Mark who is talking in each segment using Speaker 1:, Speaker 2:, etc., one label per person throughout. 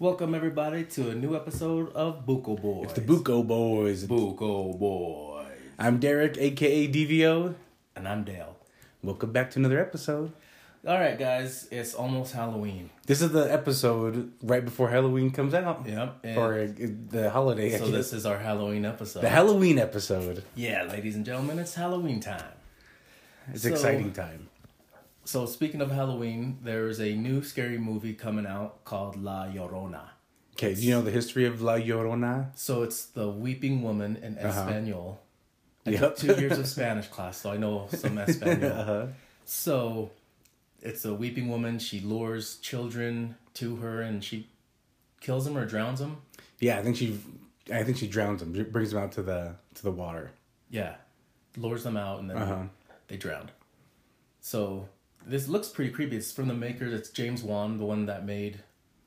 Speaker 1: everybody to a new episode of Buko Boys.
Speaker 2: It's the Buko Boys.
Speaker 1: Buko Boys.
Speaker 2: I'm Derek, aka DVO.
Speaker 1: And I'm Dale.
Speaker 2: Welcome back to another episode.
Speaker 1: All right, guys, it's almost Halloween.
Speaker 2: This is the episode right before Halloween comes out.
Speaker 1: Yep. and
Speaker 2: Or uh, the holiday. I
Speaker 1: so
Speaker 2: guess.
Speaker 1: this is our Halloween episode.
Speaker 2: the Halloween episode.
Speaker 1: yeah, ladies and gentlemen, it's Halloween time.
Speaker 2: It's
Speaker 1: So-
Speaker 2: exciting time.
Speaker 1: So speaking of Halloween, there is a new scary movie coming out called La Llorona.
Speaker 2: Okay, do you know the history of La Llorona?
Speaker 1: So it's the weeping woman in
Speaker 2: Uh-huh.
Speaker 1: Espanol. I
Speaker 2: Yep.
Speaker 1: took two years of Spanish class, so I know some Espanol. So it's a weeping woman. She lures children to her and she kills them or drowns them.
Speaker 2: Yeah, I think she, I think she drowns him, brings him out to the to the water.
Speaker 1: Yeah. Lures them out and then they drown. So this looks pretty creepy. It's from the maker. It's James Wan, the one that made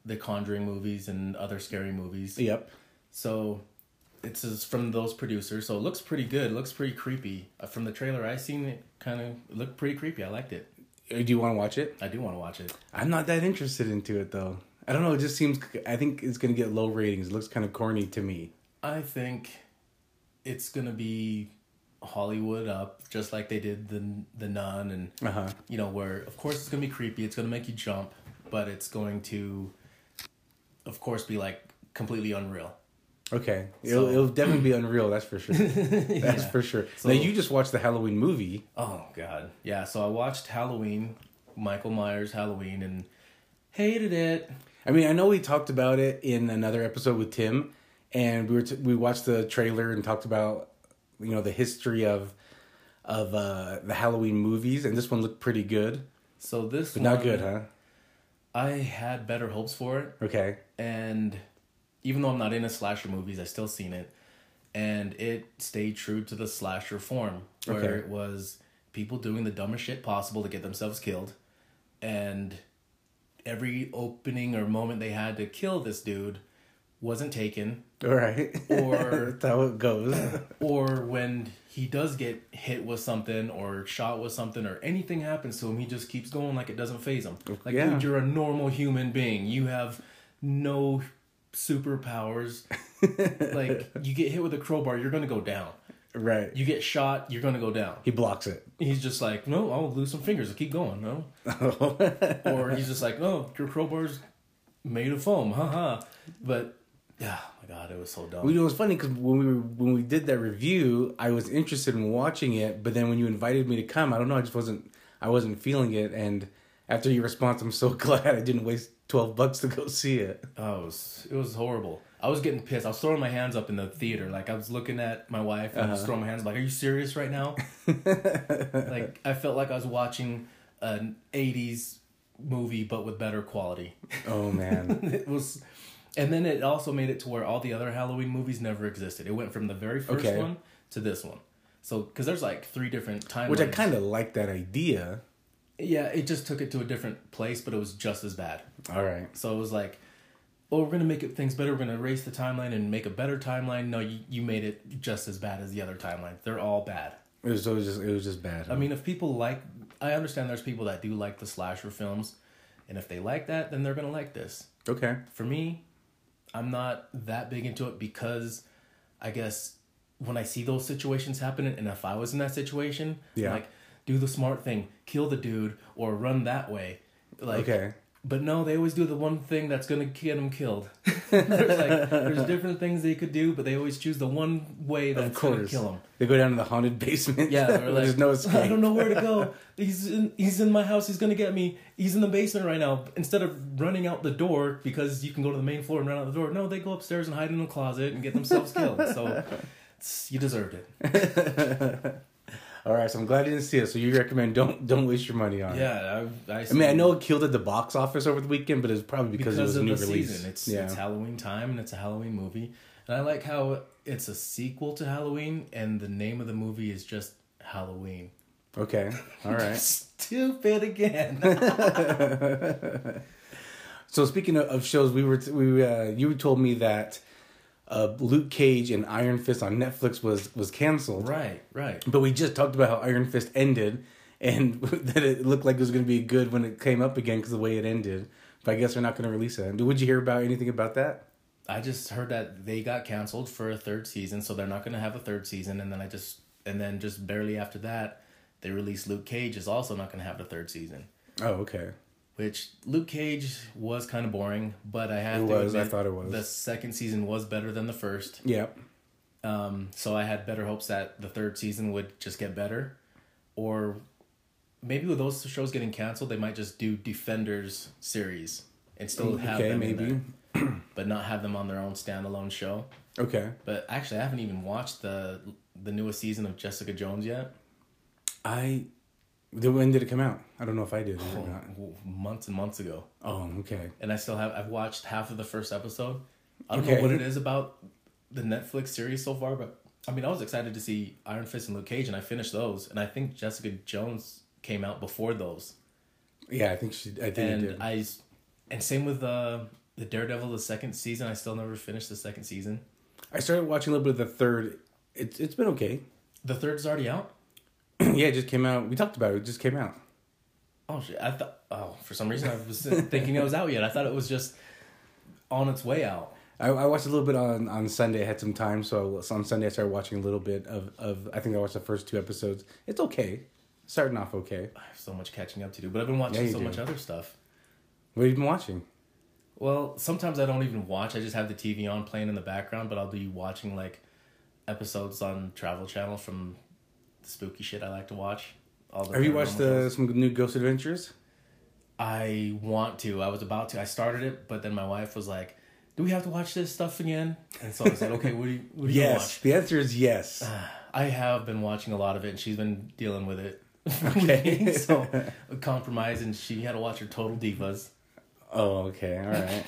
Speaker 1: the Conjuring movies and other scary movies.
Speaker 2: Yep.
Speaker 1: So it's just from those producers. So it looks pretty good. Looks pretty creepy. Uh, From the trailer I seen, it kind of looked pretty creepy. I liked it.
Speaker 2: Uh, Do you want to watch it?
Speaker 1: I do want to watch it.
Speaker 2: I'm not that interested into it though. I don't know. It just seems. I think it's gonna get low ratings. It looks kind of corny to me.
Speaker 1: I think it's gonna be Hollywood up, just like they did the the Nun, and
Speaker 2: Uh-huh.
Speaker 1: you know where of course it's gonna be creepy. It's gonna make you jump, but it's going to, of course, be like completely unreal.
Speaker 2: Okay, it'll,
Speaker 1: So-
Speaker 2: it'll definitely be unreal. That's for sure. That's for sure.
Speaker 1: So-
Speaker 2: now you just watched the Halloween movie.
Speaker 1: Oh God, yeah. So I watched Halloween, Michael Myers Halloween, and hated it.
Speaker 2: I mean, I know we talked about it in another episode with Tim, and we were t- we watched the trailer and talked about you know the history of of uh, the Halloween movies, and this one looked pretty good.
Speaker 1: So this
Speaker 2: Not
Speaker 1: one,
Speaker 2: good, huh?
Speaker 1: I had better hopes for it.
Speaker 2: Okay.
Speaker 1: and even though I'm not into slasher movies, I still seen it, and it stayed true to the slasher form, where
Speaker 2: Okay.
Speaker 1: it was people doing the dumbest shit possible to get themselves killed, and every opening or moment they had to kill this dude wasn't taken,
Speaker 2: All right.
Speaker 1: Or-
Speaker 2: that's how it goes.
Speaker 1: or when he does get hit with something or shot with something or anything happens to him, he just keeps going like it doesn't phase him. Like,
Speaker 2: Yeah.
Speaker 1: dude, you're a normal human being. You have no superpowers. like, you get hit with a crowbar, you're gonna go down.
Speaker 2: right.
Speaker 1: You get shot, you're gonna go down.
Speaker 2: he blocks it.
Speaker 1: He's just like, no, I'll lose some fingers. I'll keep going, no. or he's just like, no, your crowbar's made of foam, haha. But, yeah, oh my God, it was so dumb.
Speaker 2: Well, You know, it's funny because when we were, when we did that review, I was interested in watching it, but then when you invited me to come, I don't know, I just wasn't I wasn't feeling it. And after your response, I'm so glad I didn't waste twelve bucks to go see it.
Speaker 1: Oh, it was, it was horrible. I was getting pissed. I was throwing my hands up in the theater. Like, I was looking at my wife and I
Speaker 2: Uh-huh.
Speaker 1: was throwing my hands up, like, are you serious right now? like, I felt like I was watching an 80s movie, but with better quality.
Speaker 2: Oh man,
Speaker 1: it was. And then it also made it to where all the other Halloween movies never existed. It went from the very first
Speaker 2: Okay.
Speaker 1: one to this one. So, because there's like three different timelines.
Speaker 2: which I kind of like that idea.
Speaker 1: Yeah, it just took it to a different place, but it was just as bad.
Speaker 2: All right,
Speaker 1: So it was like, well, we're gonna make it things better. We're gonna erase the timeline and make a better timeline. No, you, you made it just as bad as the other timelines. They're all bad.
Speaker 2: it was, it was just it was just bad.
Speaker 1: I mean, if people like, I understand there's people that do like the slasher films, and if they like that, then they're gonna like this.
Speaker 2: okay,
Speaker 1: For me, I'm not that big into it because, I guess, when I see those situations happening, and if I was in that situation, I'm
Speaker 2: Yeah.
Speaker 1: like do the smart thing, kill the dude, or run that way. Like,
Speaker 2: okay,
Speaker 1: but no, they always do the one thing that's gonna get them killed. there's like there's different things they could do, but they always choose the one way
Speaker 2: of
Speaker 1: that's gonna
Speaker 2: course.
Speaker 1: kill them.
Speaker 2: They go down to the haunted basement.
Speaker 1: Yeah, they're like,
Speaker 2: there's no escape.
Speaker 1: I don't know where to go. He's in, he's in my house. He's gonna get me. He's in the basement right now. Instead of running out the door because you can go to the main floor and run out the door. No, they go upstairs and hide in a closet and get themselves killed. So it's- you deserved it.
Speaker 2: All right, so I'm glad I didn't see it. So you recommend don't don't waste your money on it.
Speaker 1: Yeah, I, I,
Speaker 2: I mean, I know it killed at the box office over the weekend, but it's probably because,
Speaker 1: because,
Speaker 2: it was
Speaker 1: of
Speaker 2: a new
Speaker 1: the
Speaker 2: release.
Speaker 1: season. It's
Speaker 2: yeah.
Speaker 1: it's Halloween time and it's a Halloween movie. And I like how it's a sequel to Halloween and the name of the movie is just Halloween.
Speaker 2: Okay. All right.
Speaker 1: Stupid again.
Speaker 2: so speaking of, of shows, we were t- we uh, you told me that uh, Luke Cage and Iron Fist on Netflix was was canceled,
Speaker 1: right, right.
Speaker 2: but we just talked about how Iron Fist ended and that it looked like it was going to be good when it came up again because the way it ended. But I guess they're not going to release it. Would you hear about anything about that?
Speaker 1: I just heard that they got canceled for a third season, so they're not gonna have a third season. And then I just and then just barely after that, they released Luke Cage is also not gonna have a third season.
Speaker 2: Oh, okay.
Speaker 1: Which Luke Cage was kind of boring, but I have
Speaker 2: It
Speaker 1: to
Speaker 2: was, I
Speaker 1: admit,
Speaker 2: thought it was.
Speaker 1: the second season was better than the first.
Speaker 2: Yeah.
Speaker 1: Um, so I had better hopes that the third season would just get better, or maybe with those shows getting canceled, they might just do Defenders series and still have
Speaker 2: Mm, Okay,
Speaker 1: them in
Speaker 2: maybe.
Speaker 1: there, but not have them on their own standalone show.
Speaker 2: Okay.
Speaker 1: But actually, I haven't even watched the the newest season of Jessica Jones yet.
Speaker 2: I. Then when did it come out? I don't know if I did
Speaker 1: Oh.
Speaker 2: or not.
Speaker 1: W- Months and months ago,
Speaker 2: Oh, okay.
Speaker 1: and I still have. I've watched half of the first episode. I don't
Speaker 2: Okay.
Speaker 1: know what it is about the Netflix series so far, but I mean, I was excited to see Iron Fist and Luke Cage, and I finished those. And I think Jessica Jones came out before those,
Speaker 2: Yeah, I think she. I think it
Speaker 1: and
Speaker 2: did.
Speaker 1: I, s- and same with the the Daredevil, the second season. I still never finished the second season.
Speaker 2: I started watching a little bit of the third. It's it's been okay.
Speaker 1: The third's already out.
Speaker 2: yeah, it just came out. We talked about it. It just came out.
Speaker 1: Oh shit! I thought. Oh, for some reason I was thinking it was out yet. I thought it was just on its way out.
Speaker 2: I, I watched a little bit on, on Sunday. I had some time, so, I- so on Sunday I started watching a little bit of, of. I think I watched the first two episodes. It's okay. Starting off okay.
Speaker 1: I have so much catching up to do, but I've been watching
Speaker 2: Yeah, you
Speaker 1: so
Speaker 2: do.
Speaker 1: much other stuff.
Speaker 2: What have you been watching?
Speaker 1: Well, sometimes I don't even watch. I just have the TV on playing in the background, but I'll be watching like episodes on Travel Channel from the spooky shit I like to watch. All the
Speaker 2: Have you
Speaker 1: paranormal
Speaker 2: watched the,
Speaker 1: shows.
Speaker 2: some new Ghost Adventures?
Speaker 1: I want to. I was about to. I started it, but then my wife was like, "Do we have to watch this stuff again?" And so I said, "Okay, what do you, what do you watch?"
Speaker 2: The answer is yes.
Speaker 1: I have been watching a lot of it, and she's been dealing with it.
Speaker 2: Okay.
Speaker 1: so a compromise, and she had to watch her Total Divas.
Speaker 2: oh, okay. All right.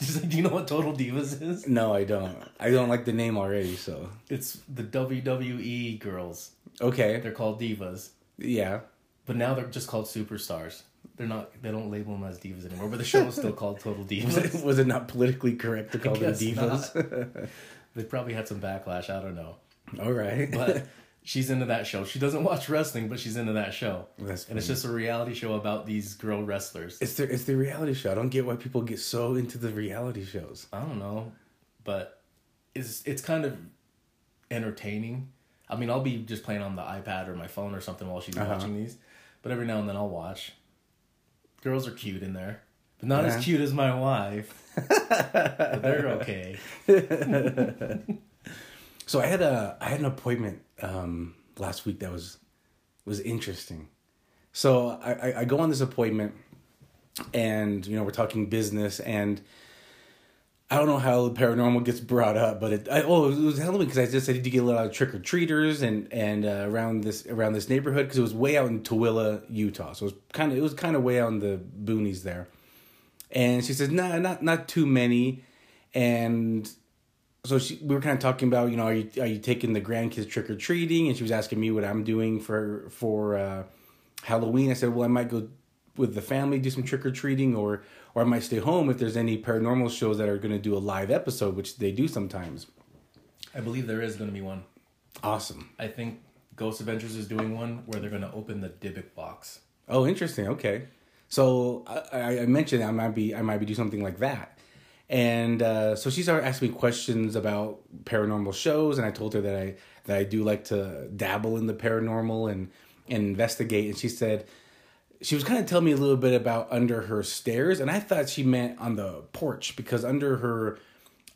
Speaker 1: She's like, "Do you know what Total Divas is?
Speaker 2: no, I don't. I don't like the name already. So
Speaker 1: It's the WWE girls.
Speaker 2: okay.
Speaker 1: They're called divas,
Speaker 2: Yeah.
Speaker 1: but now they're just called superstars. They're not. They don't label them as divas anymore. But the show is still called Total Divas.
Speaker 2: Was it not politically correct to call them
Speaker 1: guess
Speaker 2: divas?
Speaker 1: They probably had some backlash. I don't know,
Speaker 2: All right.
Speaker 1: but. She's into that show. She doesn't watch wrestling, but she's into that show.
Speaker 2: That's
Speaker 1: and it's just a reality show about these girl wrestlers.
Speaker 2: It's the it's the reality show. I don't get why people get so into the reality shows.
Speaker 1: I don't know, but it's it's kind of entertaining. I mean, I'll be just playing on the iPad or my phone or something while she's
Speaker 2: Uh-huh.
Speaker 1: watching these, but every now and then I'll watch. Girls are cute in there, but not
Speaker 2: Yeah.
Speaker 1: as cute as my wife. but they're okay.
Speaker 2: So I had a I had an appointment um, last week that was was interesting. So I, I, I go on this appointment, and you know we're talking business, and I don't know how the paranormal gets brought up, but it I, oh it was Halloween because I just I need to get a lot of trick or treaters and and uh, around this around this neighborhood because it was way out in Tooele, Utah, so it was kind of it was kind of way out in the boonies there, and she says nah, not not too many, and so she, we were kind of talking about you know are you are you taking the grandkids trick or treating and she was asking me what I'm doing for for uh, Halloween I said well I might go with the family do some trick or treating or or I might stay home if there's any paranormal shows that are going to do a live episode which they do sometimes
Speaker 1: I believe there is going to be one.
Speaker 2: awesome
Speaker 1: I think Ghost Adventures is doing one where they're going to open the Dybbuk box.
Speaker 2: Oh, interesting. Okay, so I- I, I mentioned I might be I might be doing something like that, and uh, so she started asking me questions about paranormal shows, and I told her that I that I do like to dabble in the paranormal and and investigate, and she said she was kind of telling me a little bit about under her stairs, and I thought she meant on the porch because under her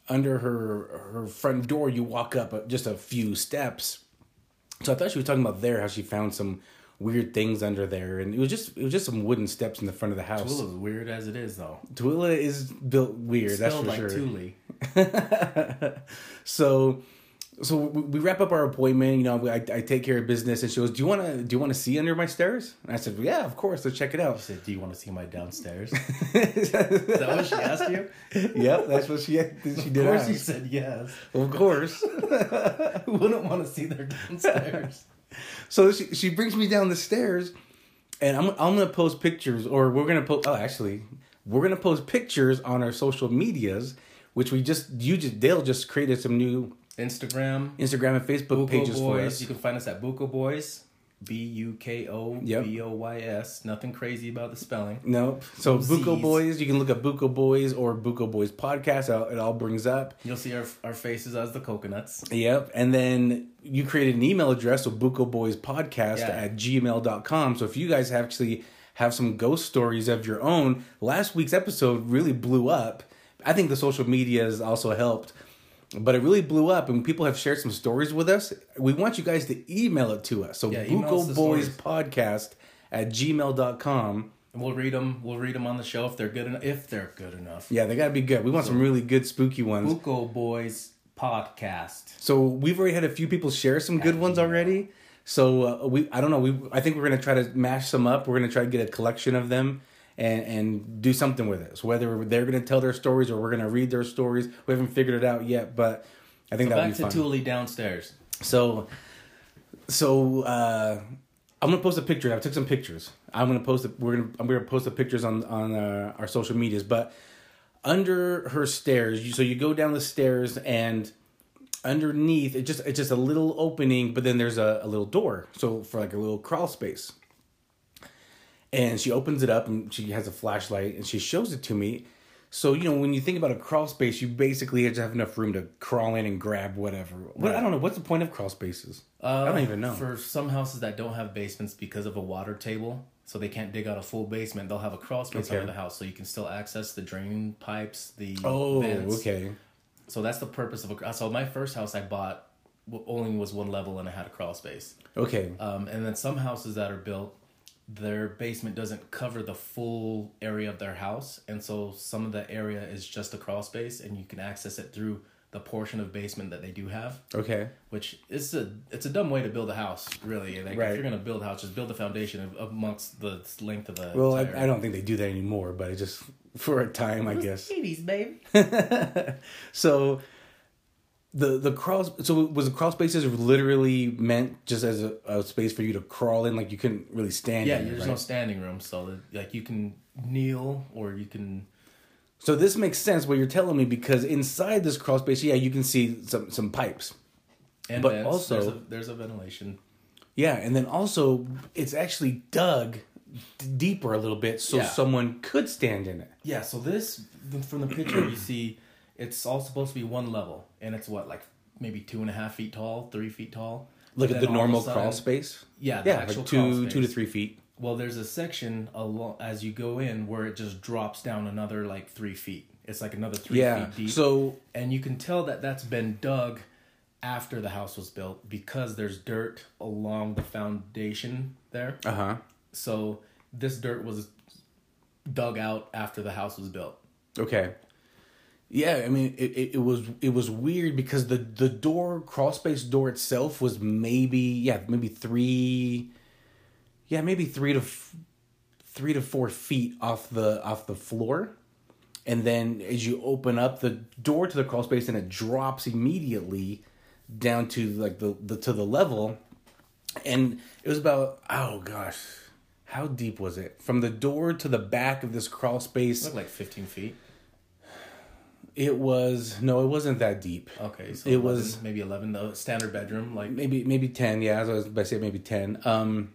Speaker 2: under her her front door you walk up uh, just a few steps so I thought she was talking about there how she found some weird things under there, and it was just it was just some wooden steps in the front of the house.
Speaker 1: Well, as weird as it is, though,
Speaker 2: Twila is built weird, that's
Speaker 1: Spelled
Speaker 2: for
Speaker 1: like
Speaker 2: sure.
Speaker 1: Thule.
Speaker 2: So, so we, we wrap up our appointment. You know, I, I take care of business, and she goes, "Do you want to do you want to see under my stairs?" And I said, "Yeah, of course. Let's check it out."
Speaker 1: Said, "Do you want to see my downstairs?" is that what she asked you?
Speaker 2: yep, that's what she she
Speaker 1: Of
Speaker 2: did.
Speaker 1: course,
Speaker 2: ask.
Speaker 1: he said yes.
Speaker 2: Of course.
Speaker 1: Who wouldn't want to see their downstairs?
Speaker 2: So she she brings me down the stairs, and I'm I'm gonna post pictures, or we're gonna post. Oh, actually, we're gonna post pictures on our social medias, which we just you just Dale just created some new
Speaker 1: Instagram,
Speaker 2: Instagram and Facebook
Speaker 1: Buko
Speaker 2: pages for
Speaker 1: Boys.
Speaker 2: us.
Speaker 1: You can find us at Buko Boys. B U K O
Speaker 2: Yep.
Speaker 1: B O Y S. Nothing crazy about the spelling.
Speaker 2: Nope. So
Speaker 1: Z's.
Speaker 2: Buko Boys, you can look up Buko Boys or Buko Boys podcast. It all- It all brings up.
Speaker 1: You'll see our our faces as the coconuts.
Speaker 2: Yep. And then you created an email address, so Buko Boys Podcast
Speaker 1: Yeah.
Speaker 2: at gmail.com. So if you guys actually have some ghost stories of your own, last week's episode really blew up. I think the social media has also helped, but it really blew up and people have shared some stories with us. We want you guys to email it to us. So
Speaker 1: Yeah, email us
Speaker 2: Buko
Speaker 1: the
Speaker 2: Boys
Speaker 1: stories.
Speaker 2: Podcast at gmail.com.
Speaker 1: We'll read them. We'll read them on the show if they're good enough. If they're good enough.
Speaker 2: Yeah, they got to be good. We want some really good spooky ones.
Speaker 1: Buko Boys podcast.
Speaker 2: So we've already had a few people share some good ones already. So uh, we, I don't know. We, I think we're gonna try to mash some up. We're gonna try to get a collection of them and and do something with it. So whether they're gonna tell their stories or we're gonna read their stories, we haven't figured it out yet. But I think that'll be
Speaker 1: Back to
Speaker 2: fun.
Speaker 1: Thule downstairs.
Speaker 2: So, so uh, I'm gonna post a picture. I took some pictures. I'm gonna post. A, we're gonna. I'm gonna post the pictures on on uh, our social medias. But under her stairs, you, so you go down the stairs and underneath it just it's just a little opening, but then there's a, a little door. So for like a little crawl space. And she opens it up and she has a flashlight and she shows it to me. So, you know, when you think about a crawl space, you basically have to have enough room to crawl in and grab whatever. What, I don't know. What's the point of crawl spaces? I don't even know.
Speaker 1: For some houses that don't have basements because of a water table, so they can't dig out a full basement, they'll have a crawl space
Speaker 2: Okay.
Speaker 1: under the house, so you can still access the drain pipes, the
Speaker 2: oh,
Speaker 1: vents.
Speaker 2: okay.
Speaker 1: So that's the purpose of a. cr- So my first house I bought w- only was one level and I had a crawl space.
Speaker 2: Okay.
Speaker 1: Um, and then some houses that are built, their basement doesn't cover the full area of their house, and so some of the area is just a crawl space, and you can access it through the portion of basement that they do have
Speaker 2: okay.
Speaker 1: which is a it's a dumb way to build a house really like
Speaker 2: Right.
Speaker 1: if you're gonna build a house just build the foundation of, amongst the length of the
Speaker 2: Well, I,
Speaker 1: entire-
Speaker 2: I don't think they do that anymore, but it just for a time, I guess.
Speaker 1: Babies, baby.
Speaker 2: So the the crawl so was the crawl spaces literally meant just as a, a space for you to crawl in, like you couldn't really stand.
Speaker 1: yeah
Speaker 2: in it,
Speaker 1: there's
Speaker 2: right?
Speaker 1: no standing room so that, like you can kneel or you can
Speaker 2: So this makes sense what you're telling me because inside this crawl space, yeah, you can see some some pipes.
Speaker 1: and
Speaker 2: But
Speaker 1: vents.
Speaker 2: also-
Speaker 1: there's a, there's a ventilation
Speaker 2: Yeah, and then also it's actually dug d- deeper a little bit so
Speaker 1: Yeah.
Speaker 2: someone could stand in it.
Speaker 1: yeah so this from the picture you see it's all supposed to be one level and it's what like maybe two and a half feet tall three feet tall
Speaker 2: Look
Speaker 1: And
Speaker 2: at
Speaker 1: then
Speaker 2: the
Speaker 1: all of a
Speaker 2: normal
Speaker 1: sudden-
Speaker 2: crawl space.
Speaker 1: yeah the
Speaker 2: Yeah,
Speaker 1: actual
Speaker 2: like
Speaker 1: crawl
Speaker 2: two
Speaker 1: space.
Speaker 2: two to three feet.
Speaker 1: Well, there's a section along as you go in where it just drops down another like three feet. It's like another three
Speaker 2: Yeah.
Speaker 1: feet deep.
Speaker 2: So
Speaker 1: and you can tell that that's been dug after the house was built because there's dirt along the foundation there.
Speaker 2: uh huh.
Speaker 1: So this dirt was dug out after the house was built.
Speaker 2: Okay. Yeah, I mean it, it, it was it was weird because the the door crawl space door itself was maybe yeah maybe three, yeah maybe three to f- three to four feet off the off the floor, and then as you open up the door to the crawl space and it drops immediately down to like the, the to the level, and it was about oh gosh, how deep was it from the door to the back of this crawl space?
Speaker 1: It looked like 15 feet.
Speaker 2: It was no, it wasn't that deep.
Speaker 1: Okay, so
Speaker 2: It was-
Speaker 1: 11, maybe 11, the standard bedroom. Like
Speaker 2: Maybe maybe ten. Yeah, as I was about to say, maybe ten. Um,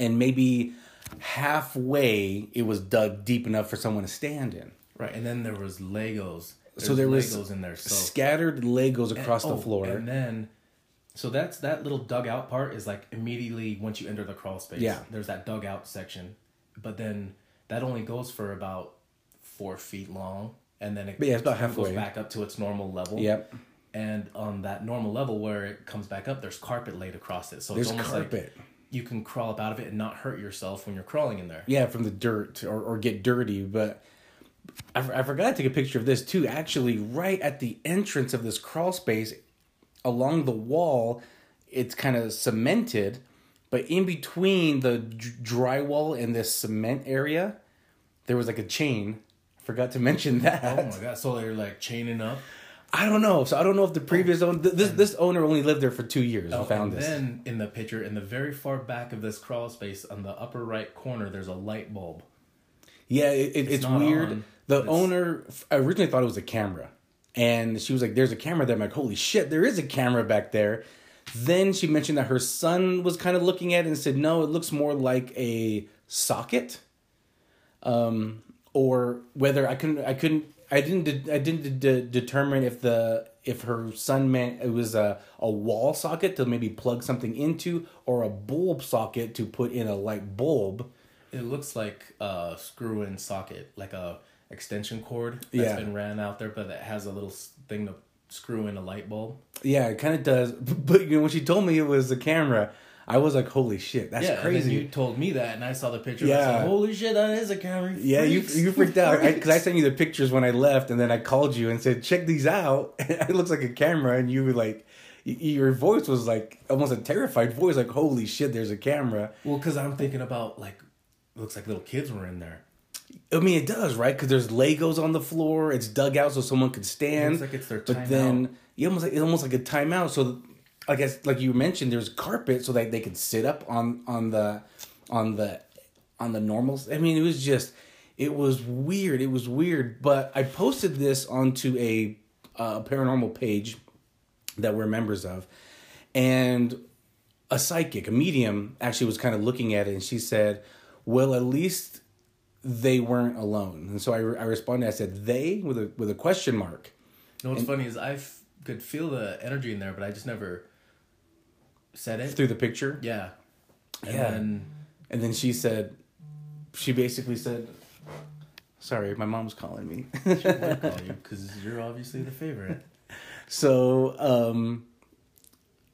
Speaker 2: and maybe halfway it was dug deep enough for someone to stand in.
Speaker 1: right, and then there was Legos. There's
Speaker 2: So there was
Speaker 1: Legos in there. So
Speaker 2: Scattered Legos across
Speaker 1: Oh,
Speaker 2: the floor.
Speaker 1: And then, so that's that little dugout part is like immediately once you enter the crawl space.
Speaker 2: Yeah.
Speaker 1: There's that dugout section, but then that only goes for about four feet long, and then it
Speaker 2: yeah, it's about
Speaker 1: kind of
Speaker 2: halfway.
Speaker 1: goes back up to its normal level.
Speaker 2: Yep.
Speaker 1: And on that normal level where it comes back up, there's carpet laid across it, so
Speaker 2: There's
Speaker 1: it's almost
Speaker 2: carpet.
Speaker 1: like you can crawl up out of it and not hurt yourself when you're crawling in there.
Speaker 2: Yeah, from the dirt or, or get dirty. But I, f- I forgot to take a picture of this too. Actually, right at the entrance of this crawl space, along the wall, it's kind of cemented. But in between the d- drywall and this cement area, there was like a chain. I forgot to mention that.
Speaker 1: Oh my god! So they're like chaining up.
Speaker 2: I don't know. So I don't know if the previous owner, th- this this owner only lived there for two years. and found
Speaker 1: Oh. Hmm. and
Speaker 2: this.
Speaker 1: Then in the picture, in the very far back of this crawl space, on the upper right corner, there's a light bulb.
Speaker 2: Yeah, it, it, it's,
Speaker 1: not
Speaker 2: weird.
Speaker 1: on.
Speaker 2: The
Speaker 1: It's-
Speaker 2: owner f- originally thought it was a camera, and she was like, "There's a camera there." I'm like, "Holy shit, there is a camera back there." Then she mentioned that her son was kind of looking at it and said, "No, it looks more like a socket." Um, or whether I couldn't, I couldn't, I didn't, de- I didn't de- determine if the if her son meant it was a a wall socket to maybe plug something into, or a bulb socket to put in a light bulb.
Speaker 1: It looks like a screw in socket, like a extension cord that's
Speaker 2: Yeah.
Speaker 1: been ran out there, but it has a little s- thing to screw in a light bulb.
Speaker 2: Yeah, it kind of does. But you know, when she told me it was the camera, I was like, "Holy shit, that's
Speaker 1: yeah, and
Speaker 2: crazy!"
Speaker 1: then you told me that, and I saw the picture. Yeah.
Speaker 2: Yeah.
Speaker 1: Holy shit, that is a camera.
Speaker 2: yeah, you
Speaker 1: freaks."
Speaker 2: you freaked out because I, sent you the pictures when I left, and then I called you and said, "Check these out." it looks like a camera, and you were like, y- your voice was like almost a terrified voice, like, "Holy shit, there's a camera."
Speaker 1: Well, because I'm thinking about like, looks like little kids were in there.
Speaker 2: I mean, it does, right? Because there's Legos on the floor. It's dug out so someone could stand.
Speaker 1: It's like it's their
Speaker 2: but
Speaker 1: timeout.
Speaker 2: then you almost like, it's almost like a timeout. So, I guess like you mentioned, there's carpet so that they could sit up on on the on the on the normals. I mean, it was just it was weird. It was weird. But I posted this onto a uh, paranormal page that we're members of, and a psychic, a medium, actually was kind of looking at it, and she said, "Well, at least." they weren't alone. And so I, I responded. I said they with a with a question mark.
Speaker 1: You know what's funny is I f- could feel the energy in there, but I just never said it.
Speaker 2: through the picture.
Speaker 1: Yeah. And
Speaker 2: Yeah.
Speaker 1: then
Speaker 2: And then she said, she basically said, "Sorry, my mom's calling me."
Speaker 1: I call you because you're obviously the favorite.
Speaker 2: so, um,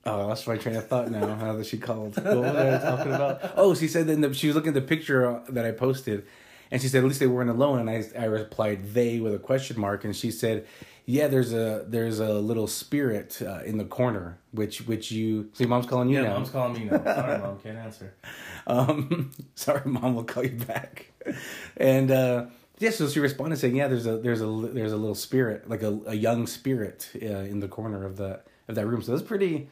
Speaker 2: oh, I lost my train of thought now. How that she called. What was I talking about? Oh, she said that the, she was looking at the picture that I posted, and she said at least they weren't alone. And I I replied they with a question mark, and she said. Yeah, there's a there's a little spirit uh, in the corner, which which you see. Mom's calling you
Speaker 1: Yeah,
Speaker 2: now.
Speaker 1: mom's calling me now. Sorry, mom, can't answer.
Speaker 2: Um, sorry, mom, we'll call you back. And uh, yeah, so she responded saying, "Yeah, there's a there's a there's a little spirit, like a, a young spirit, uh, in the corner of the of that room." So that's pretty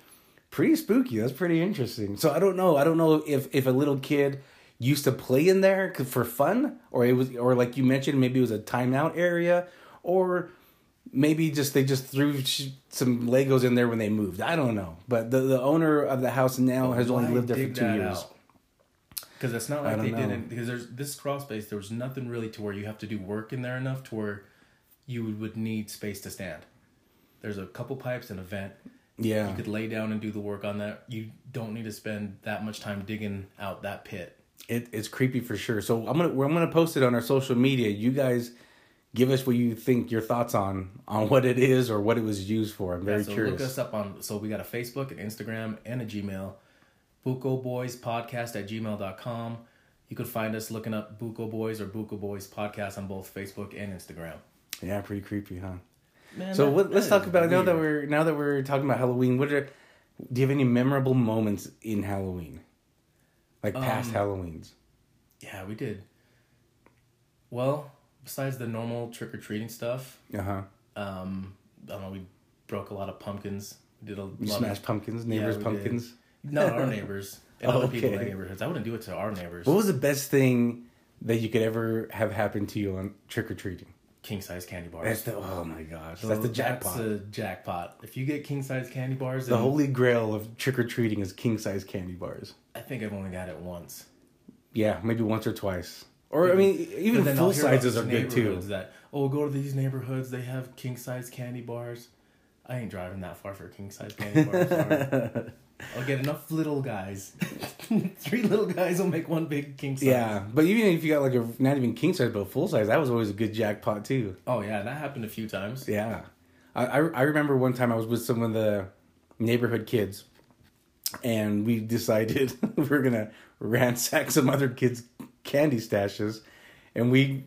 Speaker 2: pretty spooky. That's pretty interesting. So I don't know. I don't know if if a little kid used to play in there c- for fun, or it was, or like you mentioned, maybe it was a timeout area, or maybe just they just threw sh- some Legos in there when they moved. I don't know. But the the owner of the house now has
Speaker 1: Oh,
Speaker 2: only lived there for two years.
Speaker 1: Because it's not
Speaker 2: I
Speaker 1: like
Speaker 2: don't
Speaker 1: they
Speaker 2: know.
Speaker 1: didn't. Because there's this crawl space. There was nothing really to where you have to do work in there enough to where you would need space to stand. There's a couple pipes and a vent.
Speaker 2: Yeah.
Speaker 1: You could lay down and do the work on that. You don't need to spend that much time digging out that pit.
Speaker 2: it, it's creepy for sure. So I'm gonna we're- I'm gonna post it on our social media. You guys give us what you think your thoughts on on what it is or what it was used for. I'm very
Speaker 1: so
Speaker 2: curious.
Speaker 1: look us up on. So we got a Facebook, an Instagram, and a Gmail. Buko Boys Podcast at gmail.com. You could find us looking up Buko Boys or Buko Boys Podcast on both Facebook and Instagram.
Speaker 2: yeah, pretty creepy, huh?
Speaker 1: Man,
Speaker 2: So
Speaker 1: that-
Speaker 2: what, let's
Speaker 1: that
Speaker 2: talk
Speaker 1: is
Speaker 2: about now that
Speaker 1: weird.
Speaker 2: we're now that we're talking about Halloween. What are do you have any memorable moments in Halloween, like
Speaker 1: Um,
Speaker 2: past Halloweens?
Speaker 1: Yeah, we did. Well, besides the normal trick or treating stuff,
Speaker 2: Uh huh.
Speaker 1: um, I don't know. We broke a lot of pumpkins. We did a
Speaker 2: You
Speaker 1: lot
Speaker 2: smashed
Speaker 1: of
Speaker 2: pumpkins, neighbors'
Speaker 1: we did.
Speaker 2: pumpkins.
Speaker 1: not our neighbors and other people in the
Speaker 2: Okay.
Speaker 1: neighborhoods. I wouldn't do it to our neighbors.
Speaker 2: What was the best thing that you could ever have happened to you on trick or treating?
Speaker 1: King size candy bars.
Speaker 2: That's the oh my gosh, that's the
Speaker 1: That's
Speaker 2: jackpot.
Speaker 1: a jackpot. If you get king size candy bars,
Speaker 2: The
Speaker 1: and
Speaker 2: holy grail of trick or treating is king size candy bars.
Speaker 1: I think I've only got it once.
Speaker 2: Yeah, maybe once or twice. Or I mean, even
Speaker 1: But then I'll
Speaker 2: full
Speaker 1: hear about
Speaker 2: sizes are good too.
Speaker 1: neighborhoods That oh, go to these neighborhoods. They have king size candy bars. I ain't driving that far for king size candy bars. sorry. I'll get enough little guys. Three little guys will make one big king size.
Speaker 2: Yeah, but even if you got like a not even king size, but full size, that was always a good jackpot too.
Speaker 1: Oh yeah, that happened a few times.
Speaker 2: Yeah, I I, I remember one time I was with some of the neighborhood kids, and we decided we were gonna ransack some other kids' candy stashes, and we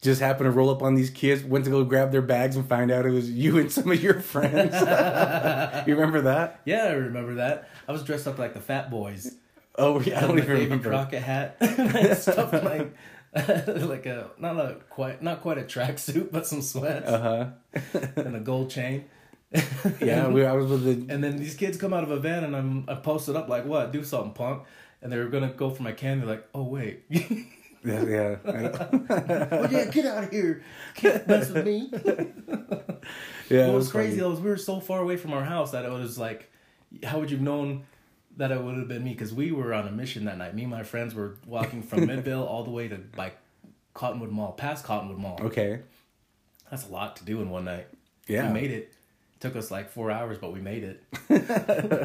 Speaker 2: just happened to roll up on these kids. Went to go grab their bags and find out it was you and some of your friends. you remember that?
Speaker 1: Yeah, I remember that. I was dressed up like the Fat Boys.
Speaker 2: Oh, yeah, I
Speaker 1: I
Speaker 2: don't even
Speaker 1: Davy
Speaker 2: remember.
Speaker 1: Crockett hat. I stuffed my like a not a quite not quite a tracksuit, but some sweats
Speaker 2: Uh huh.
Speaker 1: and a gold chain.
Speaker 2: yeah, we, I was with the.
Speaker 1: And then these kids come out of a van, and I'm I posted up like, "What? Do something, punk!" And they're gonna go for my candy. Like, oh wait,
Speaker 2: Yeah, yeah. I know.
Speaker 1: oh yeah, get out of here! Can't mess with me.
Speaker 2: yeah
Speaker 1: What
Speaker 2: it
Speaker 1: was
Speaker 2: funny.
Speaker 1: crazy though is we were so far away from our house that it was like how would you have known that it would have been me? Because we were on a mission that night. Me and my friends were walking from Midvale all the way to by Cottonwood Mall, past Cottonwood Mall.
Speaker 2: Okay.
Speaker 1: That's a lot to do in one night.
Speaker 2: Yeah.
Speaker 1: We made it. took us like four hours, but we made it.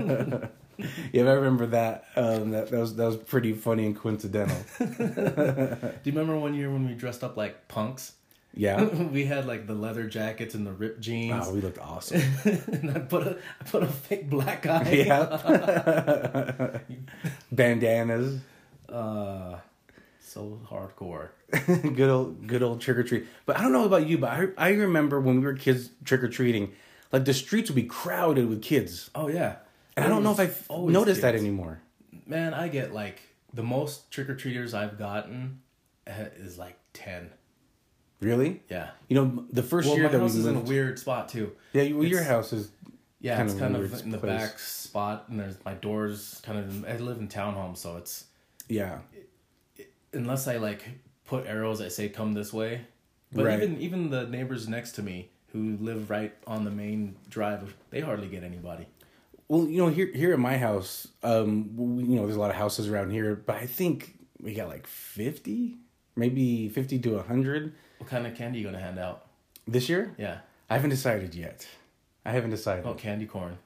Speaker 2: Yeah, I remember that. Um, that, that was that was pretty funny and coincidental.
Speaker 1: Do you remember one year when we dressed up like punks?
Speaker 2: Yeah.
Speaker 1: we had like the leather jackets and the ripped jeans.
Speaker 2: Oh, we looked awesome.
Speaker 1: and I put a I put a fake black eye.
Speaker 2: Yeah. Bandanas.
Speaker 1: Uh, so hardcore.
Speaker 2: good old good old trick or treat. But I don't know about you, but I I remember when we were kids trick or treating, like the streets would be crowded with kids.
Speaker 1: Oh yeah.
Speaker 2: And I don't know if I've
Speaker 1: always
Speaker 2: noticed that
Speaker 1: kids.
Speaker 2: anymore.
Speaker 1: Man, I get like the most trick or treaters I've gotten uh, is like ten.
Speaker 2: Really?
Speaker 1: Yeah.
Speaker 2: You know, the first
Speaker 1: Well,
Speaker 2: year
Speaker 1: my
Speaker 2: that we
Speaker 1: house is in a
Speaker 2: lived,
Speaker 1: weird spot too.
Speaker 2: yeah, you, your
Speaker 1: it's-
Speaker 2: house is
Speaker 1: Yeah,
Speaker 2: Kind
Speaker 1: it's
Speaker 2: of a
Speaker 1: kind of
Speaker 2: weird
Speaker 1: in the
Speaker 2: place.
Speaker 1: back spot, and there's my doors kind of. I live in townhome, so it's
Speaker 2: yeah,
Speaker 1: unless I like put arrows that say come this way. But
Speaker 2: Right.
Speaker 1: even even the neighbors next to me who live right on the main drive, they hardly get anybody.
Speaker 2: Well, you know, here here at my house, um, we, you know, there's a lot of houses around here, but I think we got like fifty, maybe fifty to hundred
Speaker 1: What kind of candy you gonna hand out?
Speaker 2: this year.
Speaker 1: Yeah.
Speaker 2: I haven't decided yet. I haven't decided.
Speaker 1: Oh, candy corn.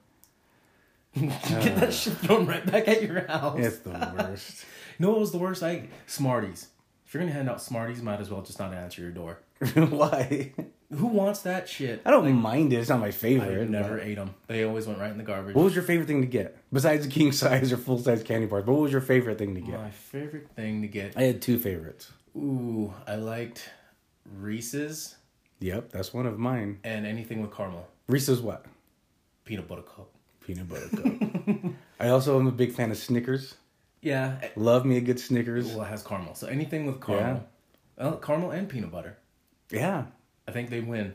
Speaker 1: Get that shit thrown right back at your house.
Speaker 2: It's the worst.
Speaker 1: You know what was the worst? I Smarties. If you're gonna hand out Smarties, might as well just not answer your door.
Speaker 2: Why?
Speaker 1: Who wants that shit?
Speaker 2: I don't mind it. It's not my
Speaker 1: I
Speaker 2: favorite.
Speaker 1: never ate them. They always went right in the garbage.
Speaker 2: What was your favorite thing to get besides the king size or full size candy bars? What was your favorite thing to get?
Speaker 1: My favorite thing to get.
Speaker 2: I had two favorites.
Speaker 1: Ooh, I liked Reese's
Speaker 2: Yep, that's one of mine.
Speaker 1: and anything with caramel.
Speaker 2: Reese's what?
Speaker 1: Peanut butter cup.
Speaker 2: Peanut butter cup. I also am a big fan of Snickers.
Speaker 1: Yeah.
Speaker 2: Love me a good Snickers.
Speaker 1: Well, it has caramel. So anything with caramel. Well, caramel and peanut butter.
Speaker 2: Yeah,
Speaker 1: I think they win.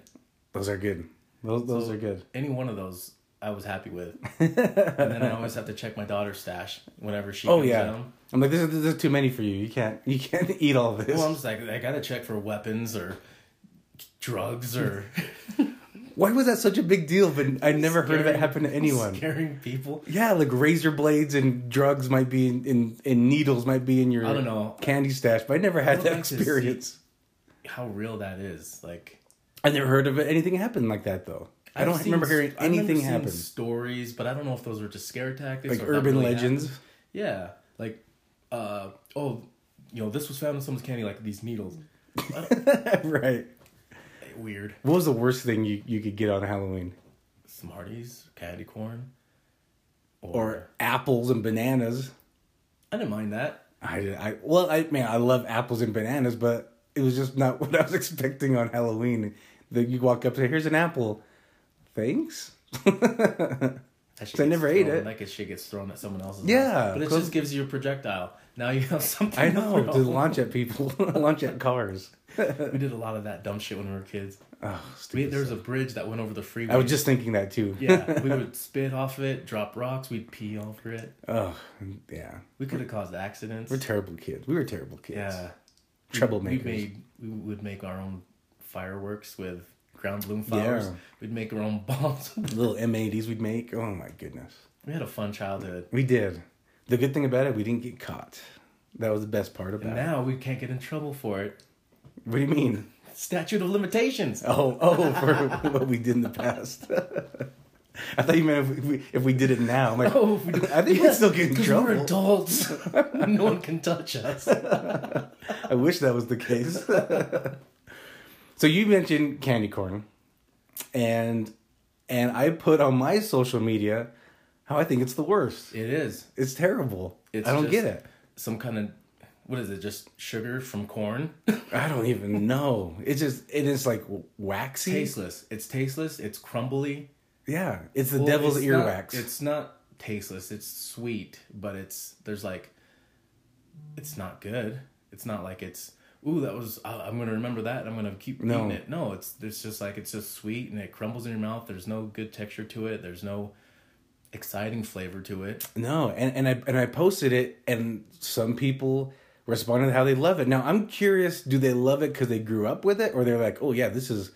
Speaker 2: Those are good. Those those are good.
Speaker 1: Any one of those I was happy with. and then I always have to check my daughter's stash whenever she
Speaker 2: Oh
Speaker 1: comes
Speaker 2: yeah.
Speaker 1: home.
Speaker 2: I'm like this is, this is too many for you. You can't you can't eat all this.
Speaker 1: Well, I'm just like, I gotta check for weapons or drugs or
Speaker 2: Why was that such a big deal? But I never heard of it
Speaker 1: scaring-
Speaker 2: happen to anyone.
Speaker 1: Scaring people.
Speaker 2: Yeah, like razor blades and drugs might be in, in and needles might be in your
Speaker 1: I don't know.
Speaker 2: candy stash, but I never had
Speaker 1: don't
Speaker 2: that
Speaker 1: like to see-
Speaker 2: experience.
Speaker 1: How real that is. Like,
Speaker 2: I never heard of it anything happen like that though. I
Speaker 1: I've
Speaker 2: don't
Speaker 1: seen-
Speaker 2: remember hearing
Speaker 1: I've never
Speaker 2: anything
Speaker 1: seen
Speaker 2: happen.
Speaker 1: Stories, but I don't know if those were just scare tactics.
Speaker 2: Like
Speaker 1: or if that
Speaker 2: urban
Speaker 1: really
Speaker 2: legends.
Speaker 1: happened. Yeah, like, uh, oh, you know, this was found in someone's candy, like these needles.
Speaker 2: right.
Speaker 1: Weird.
Speaker 2: What was the worst thing you, you could get on Halloween?
Speaker 1: Smarties, candy corn,
Speaker 2: Or apples and bananas.
Speaker 1: I didn't mind that.
Speaker 2: I, I well, I man, I love apples and bananas, but it was just not what I was expecting on Halloween. That you walk up to, here's an apple, thanks.
Speaker 1: That shit
Speaker 2: I
Speaker 1: gets
Speaker 2: never ate
Speaker 1: thrown-
Speaker 2: it.
Speaker 1: That shit gets thrown at someone else's.
Speaker 2: Yeah,
Speaker 1: house. but it
Speaker 2: close-
Speaker 1: just gives you a projectile. Now you have something.
Speaker 2: I
Speaker 1: to
Speaker 2: know to
Speaker 1: throw.
Speaker 2: launch at people, launch at cars.
Speaker 1: we did a lot of that dumb shit when we were kids.
Speaker 2: Oh,
Speaker 1: We,
Speaker 2: stupid.
Speaker 1: there was a bridge that went over the freeway.
Speaker 2: I was just thinking that too.
Speaker 1: yeah, we would spit off it, drop rocks, we'd pee over it.
Speaker 2: Oh, yeah.
Speaker 1: We could have caused accidents.
Speaker 2: We're terrible kids. We were terrible kids.
Speaker 1: yeah, we
Speaker 2: Troublemakers.
Speaker 1: made we would make our own fireworks with ground bloom flowers.
Speaker 2: Yeah.
Speaker 1: We'd make our own bombs.
Speaker 2: Little M80s we'd make. Oh my goodness.
Speaker 1: we had a fun childhood.
Speaker 2: We did. The good thing about it, we didn't get caught. That was the best part about it.
Speaker 1: Now we can't get in trouble for it.
Speaker 2: What do you mean?
Speaker 1: Statute of limitations.
Speaker 2: Oh, oh, for what we did in the past. I thought you meant if we, if we did it now. I'm like,
Speaker 1: Oh, we do-
Speaker 2: I think we'd still get in
Speaker 1: 'Cause
Speaker 2: trouble.
Speaker 1: We're adults. no one can touch us.
Speaker 2: I wish that was the case. so you mentioned candy corn, and and I put on my social media how I think it's the worst.
Speaker 1: It is.
Speaker 2: It's terrible.
Speaker 1: It's
Speaker 2: I don't
Speaker 1: just
Speaker 2: get it.
Speaker 1: Some kind of what is it? Just sugar from corn.
Speaker 2: I don't even know. It's just it is like waxy.
Speaker 1: tasteless. It's tasteless. It's crumbly.
Speaker 2: Yeah, it's the
Speaker 1: Well,
Speaker 2: devil's
Speaker 1: it's not-
Speaker 2: earwax.
Speaker 1: it's not tasteless. It's sweet, but it's there's like, it's not good. It's not like it's ooh that was I, I'm gonna remember that. I'm gonna keep
Speaker 2: No.
Speaker 1: eating it. No, it's it's just like it's just sweet and it crumbles in your mouth. There's no good texture to it. There's no exciting flavor to it.
Speaker 2: No, and, and I and I posted it, and some people responded how they love it. Now I'm curious, do they love it because they grew up with it, or they're like, oh yeah, this is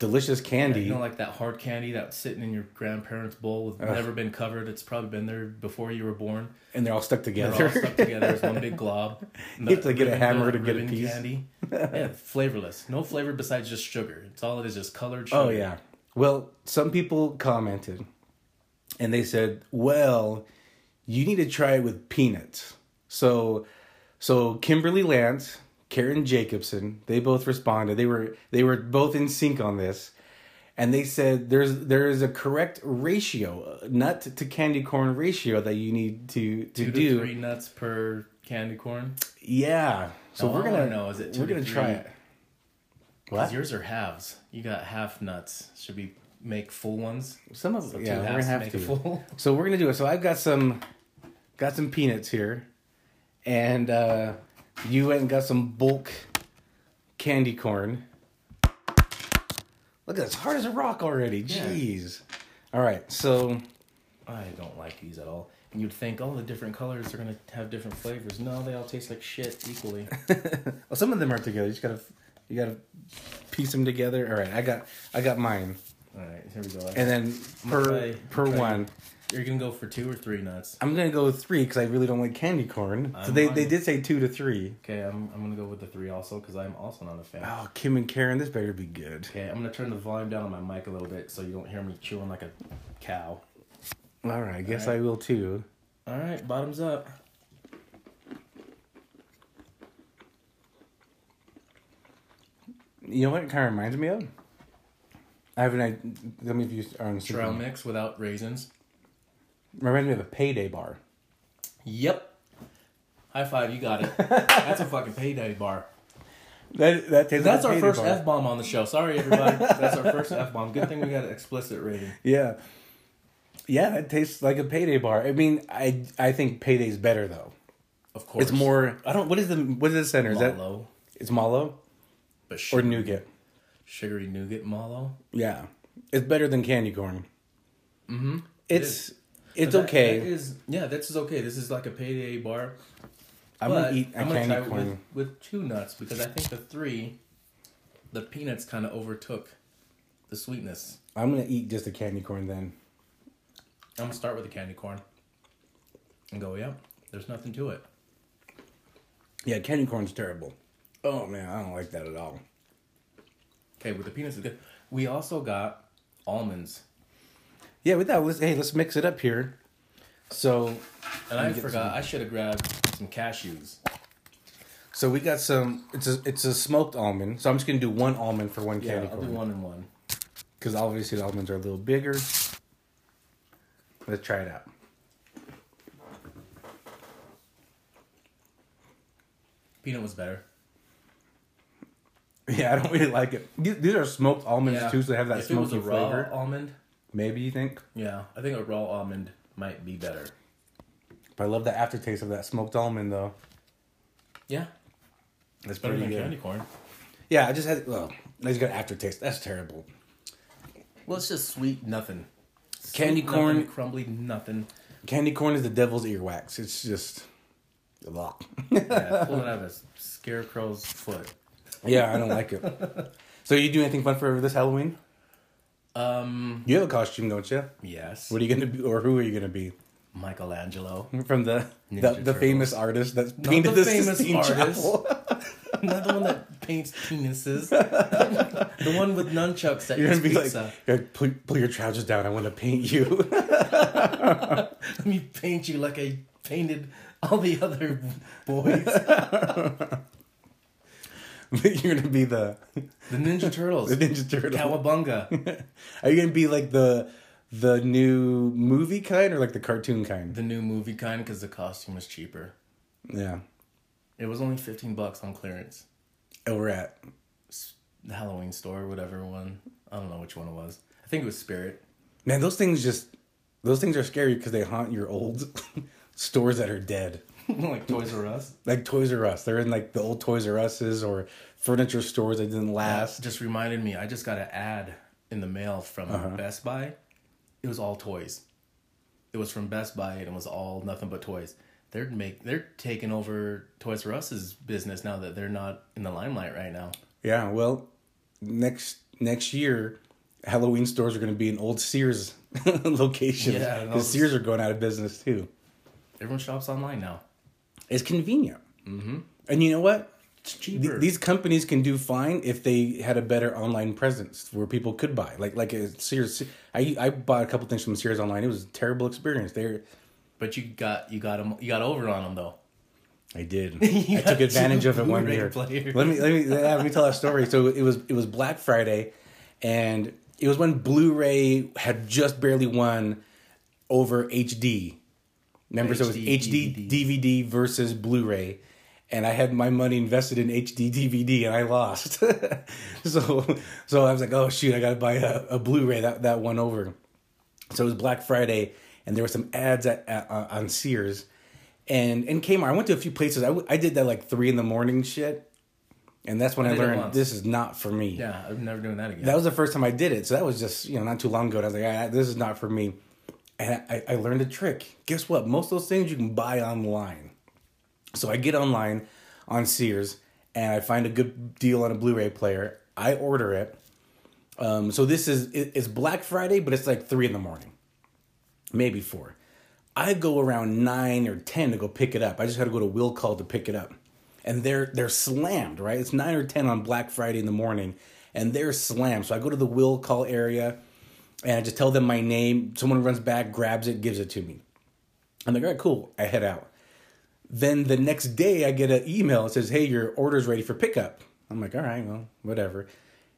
Speaker 2: delicious candy.
Speaker 1: You know, like that hard candy that's sitting in your grandparents' bowl with never been covered. It's probably been there before you were born.
Speaker 2: and they're all stuck
Speaker 1: They're
Speaker 2: together.
Speaker 1: all stuck together as one big glob. You
Speaker 2: have to get a hammer to get a piece.
Speaker 1: Candy. Yeah, flavorless. No flavor besides just sugar. It's all it is, just colored sugar.
Speaker 2: oh yeah. Well, some people commented, and they said, "Well, you need to try it with peanuts." So, so Kimberly Lance, Karen Jacobson, they both responded. They were they were both in sync on this, and they said there's there is a correct ratio, uh, nut to candy corn ratio that you need to to
Speaker 1: Two to
Speaker 2: do.
Speaker 1: three nuts per candy corn.
Speaker 2: Yeah. So
Speaker 1: Now,
Speaker 2: we're
Speaker 1: I
Speaker 2: gonna
Speaker 1: wanna know, Oh. is it two
Speaker 2: we're
Speaker 1: to
Speaker 2: gonna try
Speaker 1: three?
Speaker 2: it.
Speaker 1: Because
Speaker 2: What?
Speaker 1: yours are halves. You got half nuts. Should we make full ones?
Speaker 2: Some of
Speaker 1: So
Speaker 2: yeah,
Speaker 1: two
Speaker 2: we're
Speaker 1: halves
Speaker 2: gonna have
Speaker 1: make
Speaker 2: to.
Speaker 1: a full.
Speaker 2: So we're gonna do it. So I've got some, got some peanuts here, and uh, you went and got some bulk candy corn. Look at this, hard as a rock already.
Speaker 1: Yeah.
Speaker 2: Jeez. All right, so
Speaker 1: I don't like these at all. And you'd think all the different colors are gonna have different flavors. No, they all taste like shit equally.
Speaker 2: well, some of them are together. You just gotta, you gotta piece them together. All right, I got, I got mine,
Speaker 1: all right, here we go.
Speaker 2: and then
Speaker 1: gonna
Speaker 2: per
Speaker 1: try-
Speaker 2: per
Speaker 1: I'm gonna try-
Speaker 2: one.
Speaker 1: You're gonna go for two or three nuts.
Speaker 2: I'm gonna go with three because I really don't like candy corn. so
Speaker 1: I'm
Speaker 2: they,
Speaker 1: on
Speaker 2: they
Speaker 1: it.
Speaker 2: did say two to three.
Speaker 1: Okay, I'm I'm gonna go with the three also because I'm also not a fan.
Speaker 2: Oh, Kim and Karen, this better be good.
Speaker 1: Okay, I'm gonna turn the volume down on my mic a little bit so you don't hear me chewing like a cow.
Speaker 2: All right, I guess
Speaker 1: right.
Speaker 2: I will too.
Speaker 1: All right, bottoms up.
Speaker 2: You know what it kind of reminds me of? I have an idea. Let me if you are on
Speaker 1: Trail
Speaker 2: Instagram.
Speaker 1: mix without raisins.
Speaker 2: Reminds me of a payday bar.
Speaker 1: Yep. High five, you got it. That's a fucking payday bar.
Speaker 2: That that tastes
Speaker 1: That's
Speaker 2: like a
Speaker 1: our
Speaker 2: payday
Speaker 1: first
Speaker 2: bar.
Speaker 1: F bomb on the show. Sorry, everybody. That's our first F bomb. Good thing we got an explicit rating.
Speaker 2: Yeah, yeah, that tastes like a payday bar. I mean, I I think payday's better though.
Speaker 1: Of course.
Speaker 2: It's more. I don't. What is the what is the center? Is that
Speaker 1: mallow,
Speaker 2: it's mallow
Speaker 1: but
Speaker 2: or
Speaker 1: sugary,
Speaker 2: nougat?
Speaker 1: sugary nougat mallow.
Speaker 2: Yeah, it's better than candy corn. Mm-hmm. It's it's
Speaker 1: That-
Speaker 2: okay.
Speaker 1: that is- yeah, this is okay. This is like a payday bar.
Speaker 2: I'm gonna
Speaker 1: but
Speaker 2: eat a
Speaker 1: I'm gonna try
Speaker 2: candy
Speaker 1: it
Speaker 2: corn.
Speaker 1: with, with two nuts because I think the three, the peanuts kind of overtook the sweetness.
Speaker 2: I'm gonna eat just a candy corn then.
Speaker 1: I'm gonna start with the candy corn, and go. Yep, there's nothing to it.
Speaker 2: Yeah, candy corn's terrible. Oh man, I don't like that at all.
Speaker 1: Okay, with the peanuts is good. We also got almonds,
Speaker 2: Yeah, with that, let's hey, let's mix it up here. So,
Speaker 1: and I
Speaker 2: get
Speaker 1: forgot I should have grabbed some cashews.
Speaker 2: so we got some. It's a it's a smoked almond. So I'm just gonna do one almond for one
Speaker 1: Yeah,
Speaker 2: candy
Speaker 1: I'll do
Speaker 2: corn
Speaker 1: one and one.
Speaker 2: because obviously the almonds are a little bigger. Let's try it out.
Speaker 1: Peanut was better.
Speaker 2: Yeah, I don't really like it. These these are smoked almonds too, so they have that
Speaker 1: if it was
Speaker 2: smoky
Speaker 1: a raw
Speaker 2: flavor.
Speaker 1: almond,
Speaker 2: Maybe you think,
Speaker 1: yeah, I think a raw almond might be better.
Speaker 2: but I love the aftertaste of that smoked almond though.
Speaker 1: Yeah,
Speaker 2: That's
Speaker 1: better
Speaker 2: pretty
Speaker 1: than
Speaker 2: good.
Speaker 1: candy corn.
Speaker 2: Yeah, I just had well, I just got aftertaste. That's terrible.
Speaker 1: Well, it's just sweet nothing.
Speaker 2: Candy
Speaker 1: Sweet
Speaker 2: corn-
Speaker 1: nothing, crumbly nothing.
Speaker 2: Candy corn is the devil's earwax. It's just a lot.
Speaker 1: Yeah, pull it out of a scarecrow's foot.
Speaker 2: yeah, I don't like it. So you do anything fun for this Halloween?
Speaker 1: Um,
Speaker 2: You have a costume, don't you?
Speaker 1: yes,
Speaker 2: What are you gonna be, or who are you gonna be?
Speaker 1: Michelangelo,
Speaker 2: From the
Speaker 1: Ninja
Speaker 2: the, the
Speaker 1: Turtles.
Speaker 2: famous artist that's painted
Speaker 1: the
Speaker 2: the
Speaker 1: famous
Speaker 2: Sistine
Speaker 1: artist.
Speaker 2: Chapel.
Speaker 1: not the one that paints penises, the one with nunchucks that
Speaker 2: You're
Speaker 1: eats
Speaker 2: gonna be like,
Speaker 1: pizza.
Speaker 2: you're like, pull, pull your trousers down. I want to paint you.
Speaker 1: Let me paint you like I painted all the other boys.
Speaker 2: But you're gonna be the
Speaker 1: The Ninja Turtles,
Speaker 2: the Ninja Turtle.
Speaker 1: Cowabunga,
Speaker 2: Are you gonna be like the the new movie kind or like the cartoon kind?
Speaker 1: the new movie kind, because the costume was cheaper.
Speaker 2: Yeah,
Speaker 1: It was only fifteen bucks on clearance.
Speaker 2: oh, we're at.
Speaker 1: the Halloween store, whatever one. I don't know which one it was. I think it was Spirit.
Speaker 2: Man, those things just those things are scary because they haunt your old stores that are dead.
Speaker 1: like Toys R Us.
Speaker 2: Like Toys R Us, they're in like the old Toys R Us's or furniture stores that didn't last.
Speaker 1: Just reminded me, I just got an ad in the mail from
Speaker 2: Uh-huh.
Speaker 1: Best Buy. It was all toys. It was from Best Buy and it was all nothing but toys. They're make they're taking over Toys R Us's business now that they're not in the limelight right now.
Speaker 2: Yeah, well, next next year, Halloween stores are going to be in old Sears locations.
Speaker 1: Yeah, and all
Speaker 2: because Sears are going out of business too.
Speaker 1: Everyone shops online now.
Speaker 2: It's convenient. Mm-hmm. And you know what?
Speaker 1: It's
Speaker 2: Th-
Speaker 1: cheaper.
Speaker 2: these companies can do fine if they had a better online presence where people could buy. Like like a Sears. I I bought a couple things from Sears online. It was a terrible experience. They
Speaker 1: but you got you got 'em- you got over on them though.
Speaker 2: I did. I took advantage of it one
Speaker 1: Blu-ray
Speaker 2: year.
Speaker 1: player.
Speaker 2: Let me let me yeah, let me tell that story. So it was it was Black Friday, and it was when Blu-ray had just barely won over HD. Remember, so it was
Speaker 1: HD
Speaker 2: HD DVD versus Blu-ray, and I had my money invested in HD DVD, and I lost. so so I was like, oh shoot, I got to buy a, a Blu-ray that that won over. So it was Black Friday, and there were some ads at, at, uh, on Sears, and and Kmart. I went to a few places. I, w- I did that like three in the morning shit, and that's when I,
Speaker 1: did it
Speaker 2: learned
Speaker 1: once.
Speaker 2: this is not for me.
Speaker 1: Yeah, I'm never doing that again.
Speaker 2: That was the first time I did it. So that was just you know not too long ago. And I was like, ah, this is not for me. And I, I learned a trick. Guess what? Most of those things you can buy online. So I get online on Sears and I find a good deal on a Blu-ray player. I order it. Um, so this is it- it's Black Friday, but it's like three in the morning, maybe four. I go around nine or ten to go pick it up. I just had to go to will call to pick it up, and they're they're slammed. Right, it's nine or ten on Black Friday in the morning, and they're slammed. So I go to the will call area, and I just tell them my name. Someone runs back, grabs it, gives it to me. I'm like, all right, cool. I head out. Then the next day, I get an email that says, "Hey, your order's ready for pickup." I'm like, "All right, well, whatever."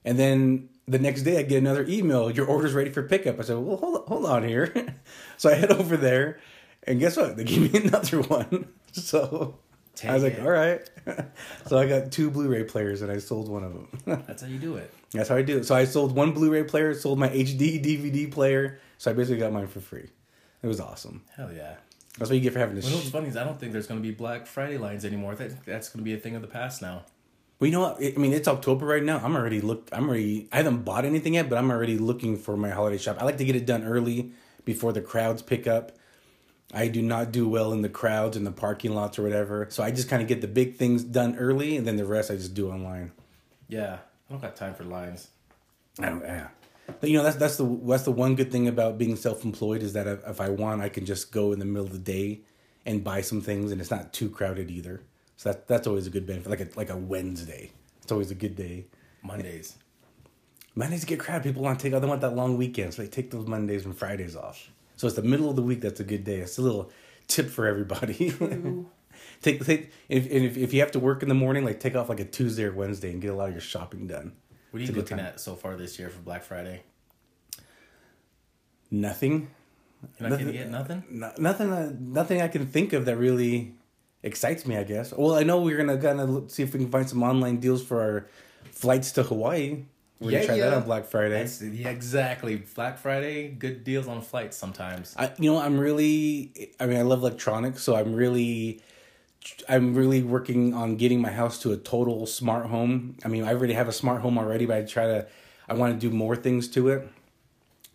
Speaker 2: And then the next day, I get another email, "Your order's ready for pickup." I said, "Well, hold hold on here." so I head over there, and guess what? They gave me another one. So I
Speaker 1: Dang
Speaker 2: was like,
Speaker 1: it.
Speaker 2: "All right." so I got two Blu-ray players, and I sold one of them.
Speaker 1: That's how you do it.
Speaker 2: That's how I do it. So I sold one Blu-ray player, sold my HD DVD player, so I basically got mine for free. It was awesome.
Speaker 1: Hell yeah.
Speaker 2: That's what you get for having to.
Speaker 1: You know
Speaker 2: sh-
Speaker 1: what's funny is I don't think there's going to be Black Friday lines anymore. That that's going to be a thing of the past now.
Speaker 2: Well, you know what? I I mean, it's October right now. I'm already look. I'm already. I haven't bought anything yet, but I'm already looking for my holiday shop. I like to get it done early before the crowds pick up. I do not do well in the crowds in the parking lots or whatever. So I just kind of get the big things done early, and then the rest I just do online.
Speaker 1: Yeah, I don't got time for lines.
Speaker 2: I don't. Oh, Yeah. But you know that's that's the that's the one good thing about being self-employed is that if if I want, I can just go in the middle of the day and buy some things, and it's not too crowded either. So that that's always a good benefit. Like a like a Wednesday, it's always a good day.
Speaker 1: Mondays.
Speaker 2: Mondays get crowded. People want to take. oh, They want that long weekend, so they take those Mondays and Fridays off. So it's the middle of the week. That's a good day. It's a little tip for everybody.
Speaker 1: Mm-hmm.
Speaker 2: take take if, and if if you have to work in the morning, like take off like a Tuesday or Wednesday and get a lot of your shopping done.
Speaker 1: What are
Speaker 2: It's
Speaker 1: you
Speaker 2: a good
Speaker 1: looking
Speaker 2: time.
Speaker 1: at so far this year for Black Friday?
Speaker 2: Nothing.
Speaker 1: You're not going to get nothing?
Speaker 2: No, nothing. uh, Nothing I can think of that really excites me. I guess. Well, I know we're gonna gonna look, see if we can find some online deals for our flights to Hawaii. We're
Speaker 1: Yeah,
Speaker 2: gonna try that
Speaker 1: yeah.
Speaker 2: on Black Friday.
Speaker 1: That's, yeah, exactly. Black Friday, good deals on flights sometimes.
Speaker 2: I, you know, I'm really. I mean, I love electronics, so I'm really, I'm really working on getting my house to a total smart home. I mean, I already have a smart home already, but I try to. I want to do more things to it.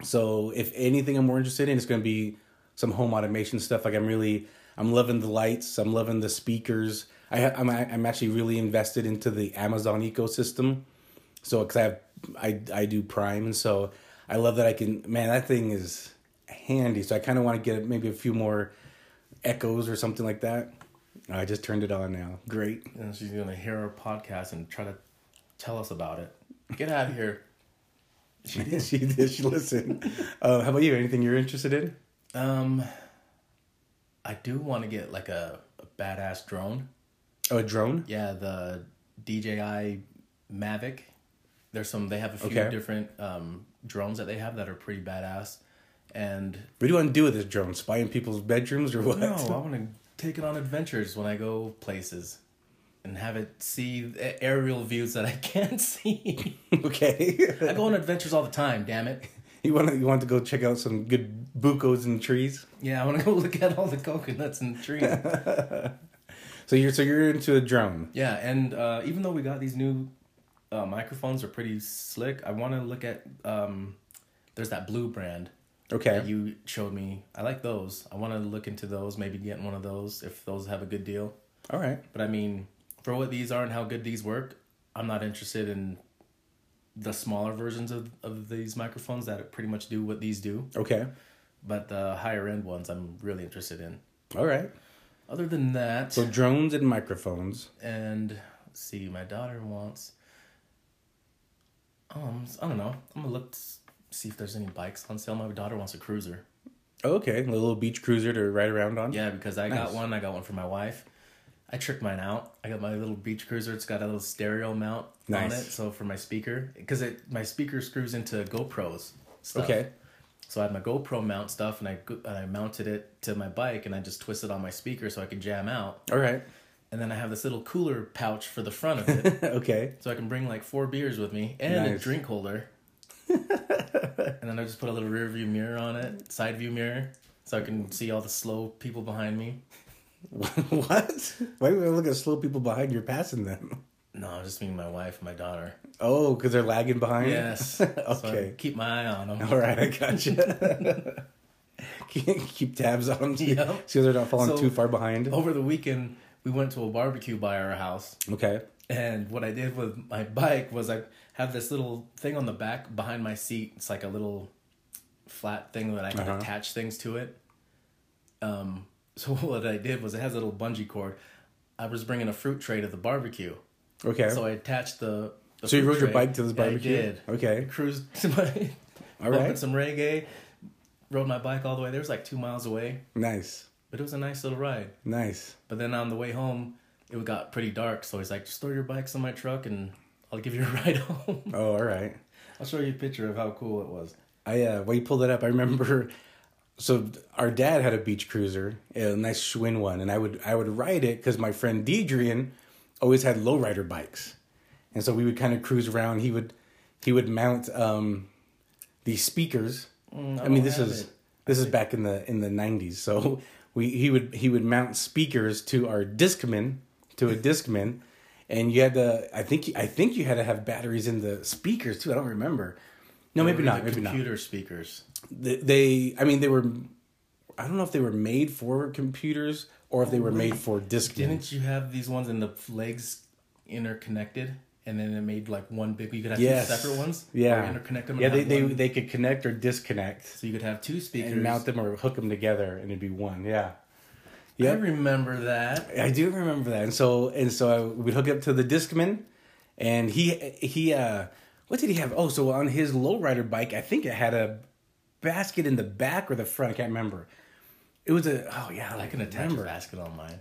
Speaker 2: So, if anything, I'm more interested in it's going to be some home automation stuff. Like I'm really, I'm loving the lights. I'm loving the speakers. I ha- I'm I'm actually really invested into the Amazon ecosystem. So, because I have, I I do Prime, and so I love that I can. Man, that thing is handy. So I kind of want to get maybe a few more echoes or something like that. I just turned it on now. Great.
Speaker 1: And she's going to hear our podcast and try to tell us about it. Get out of here.
Speaker 2: She did. she did. She listened. Uh, how about you? Anything you're interested in?
Speaker 1: Um, I do want to get like a, a badass drone.
Speaker 2: Oh, a drone.
Speaker 1: Yeah, the DJI Mavic. There's some. They have a few
Speaker 2: Okay.
Speaker 1: different um, drones that they have that are pretty badass. And
Speaker 2: What do you want to do with this drone? Spy in people's bedrooms or what?
Speaker 1: no, I want to take it on adventures when I go places, and have it see the aerial views that I can't see. I
Speaker 2: okay.
Speaker 1: go on adventures all the time. Damn it.
Speaker 2: you want to you want to go check out some good bucos and trees.
Speaker 1: Yeah, I want to go look at all the coconuts and trees.
Speaker 2: So you're so you're into a drone.
Speaker 1: yeah, and uh, even though we got these new uh, microphones are pretty slick, I want to look at. Um, there's that blue brand.
Speaker 2: Okay.
Speaker 1: that you showed me. I like those. I want to look into those. Maybe get one of those if those have a good deal.
Speaker 2: All right.
Speaker 1: But I mean, for what these are and how good these work, I'm not interested in the smaller versions of, of these microphones that pretty much do what these do.
Speaker 2: Okay.
Speaker 1: But the higher end ones, I'm really interested in.
Speaker 2: All right.
Speaker 1: Other than that,
Speaker 2: So drones and microphones.
Speaker 1: and let's see, my daughter wants. Um, I don't know. I'm gonna look to s- see if there's any bikes on sale. My daughter wants a cruiser.
Speaker 2: Okay, a little beach cruiser to ride around on.
Speaker 1: Yeah, because I got
Speaker 2: Nice.
Speaker 1: one. I got one for my wife. I tricked mine out. I got my little beach cruiser. It's got a little stereo mount on
Speaker 2: Nice.
Speaker 1: it. So for my speaker, because it my speaker screws into GoPros. Stuff.
Speaker 2: Okay.
Speaker 1: So I had my GoPro mount stuff, and I go- and I mounted it to my bike, and I just twisted on my speaker so I could jam out.
Speaker 2: All right.
Speaker 1: And then I have this little cooler pouch for the front of it,
Speaker 2: okay.
Speaker 1: so I can bring like four beers with me and a
Speaker 2: Nice.
Speaker 1: drink holder. and then I just put a little rear view mirror on it, side view mirror, so I can see all the slow people behind me.
Speaker 2: what? Why would I look at slow people behind you passing them?
Speaker 1: No, I just mean my wife and my daughter.
Speaker 2: Oh, because they're lagging behind.
Speaker 1: Yes. So I
Speaker 2: Okay.
Speaker 1: keep my eye on them.
Speaker 2: All right, I gotcha. Can't keep tabs on them.
Speaker 1: Yeah.
Speaker 2: So they're not falling
Speaker 1: So- Oh.
Speaker 2: too far behind.
Speaker 1: Over the weekend, we went to a barbecue by our house,
Speaker 2: Okay.
Speaker 1: and what I did with my bike was I have this little thing on the back behind my seat. It's like a little flat thing that I can
Speaker 2: Uh-huh.
Speaker 1: attach things to it. Um, so what I did was it has a little bungee cord. I was bringing a fruit tray to the barbecue,
Speaker 2: Okay.
Speaker 1: so I attached the. the
Speaker 2: So you
Speaker 1: fruit
Speaker 2: rode your
Speaker 1: tray.
Speaker 2: bike to this
Speaker 1: Yeah,
Speaker 2: barbecue?
Speaker 1: I did.
Speaker 2: Okay.
Speaker 1: cruised to my
Speaker 2: All
Speaker 1: bumping
Speaker 2: right.
Speaker 1: some reggae, rode my bike all the way. There was like two miles away,
Speaker 2: Nice.
Speaker 1: but it was a nice little ride.
Speaker 2: Nice.
Speaker 1: But then on the way home, it got pretty dark, so he's like, "Just throw your bikes in my truck, and I'll give you a ride home."
Speaker 2: Oh, all right.
Speaker 1: I'll show you a picture of how cool it was.
Speaker 2: I uh, when you pulled that up, I remember. So our dad had a beach cruiser, a nice Schwinn one, and I would I would ride it because my friend Deidrian always had lowrider bikes, and so we would kind of cruise around. He would he would mount um, these speakers. I, mean,
Speaker 1: Mm, don't
Speaker 2: this
Speaker 1: have
Speaker 2: is
Speaker 1: it.
Speaker 2: this is back in the in the nineties. So we he would he would mount speakers to our Discman to a Discman, and you had to I think I think you had to have batteries in the speakers too. I don't remember. No, maybe
Speaker 1: They're
Speaker 2: not.
Speaker 1: the
Speaker 2: Maybe not
Speaker 1: computer speakers.
Speaker 2: th- they i mean they were i don't know if they were made for computers or if they were made for disk
Speaker 1: Didn't you have these ones and the legs interconnected, and then it made like one big? You could have
Speaker 2: yes
Speaker 1: two separate ones.
Speaker 2: yeah
Speaker 1: Or interconnect them. and
Speaker 2: yeah they,
Speaker 1: have
Speaker 2: they,
Speaker 1: one.
Speaker 2: they could connect or disconnect
Speaker 1: So you could have two speakers.
Speaker 2: and mount them or hook them together and it'd be one yeah
Speaker 1: I remember that.
Speaker 2: I do remember that. And so and so I would hook up to the Discman and he he uh what did he have? Oh, so on his lowrider bike, I think it had a basket in the back or the front, I can't remember. It was a oh yeah,
Speaker 1: I can attach a basket on mine.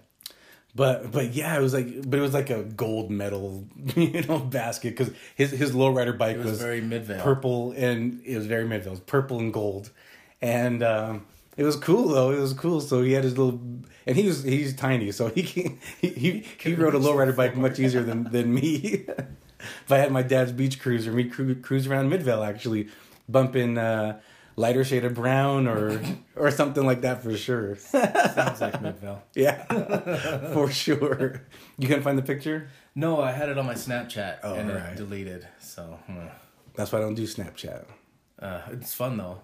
Speaker 2: But but yeah, it was like but it was like a gold medal you know basket because his his lowrider bike
Speaker 1: It was,
Speaker 2: was,
Speaker 1: very midvale.
Speaker 2: purple and it was very midvale, it was purple and gold, and um, it was cool though. It was cool. So he had his little and he was he's tiny, so he can't- he he, he rode a lowrider bike much easier than than me. if I had my dad's beach cruiser, we cru- cruise around midvale actually, bumping uh, lighter shade of brown or or something like that for sure.
Speaker 1: Sounds like midvale.
Speaker 2: Yeah, for sure. You can find the picture.
Speaker 1: No, I had it on my Snapchat and it
Speaker 2: alright.
Speaker 1: deleted. So hmm.
Speaker 2: That's why I don't do Snapchat.
Speaker 1: uh, it's fun though.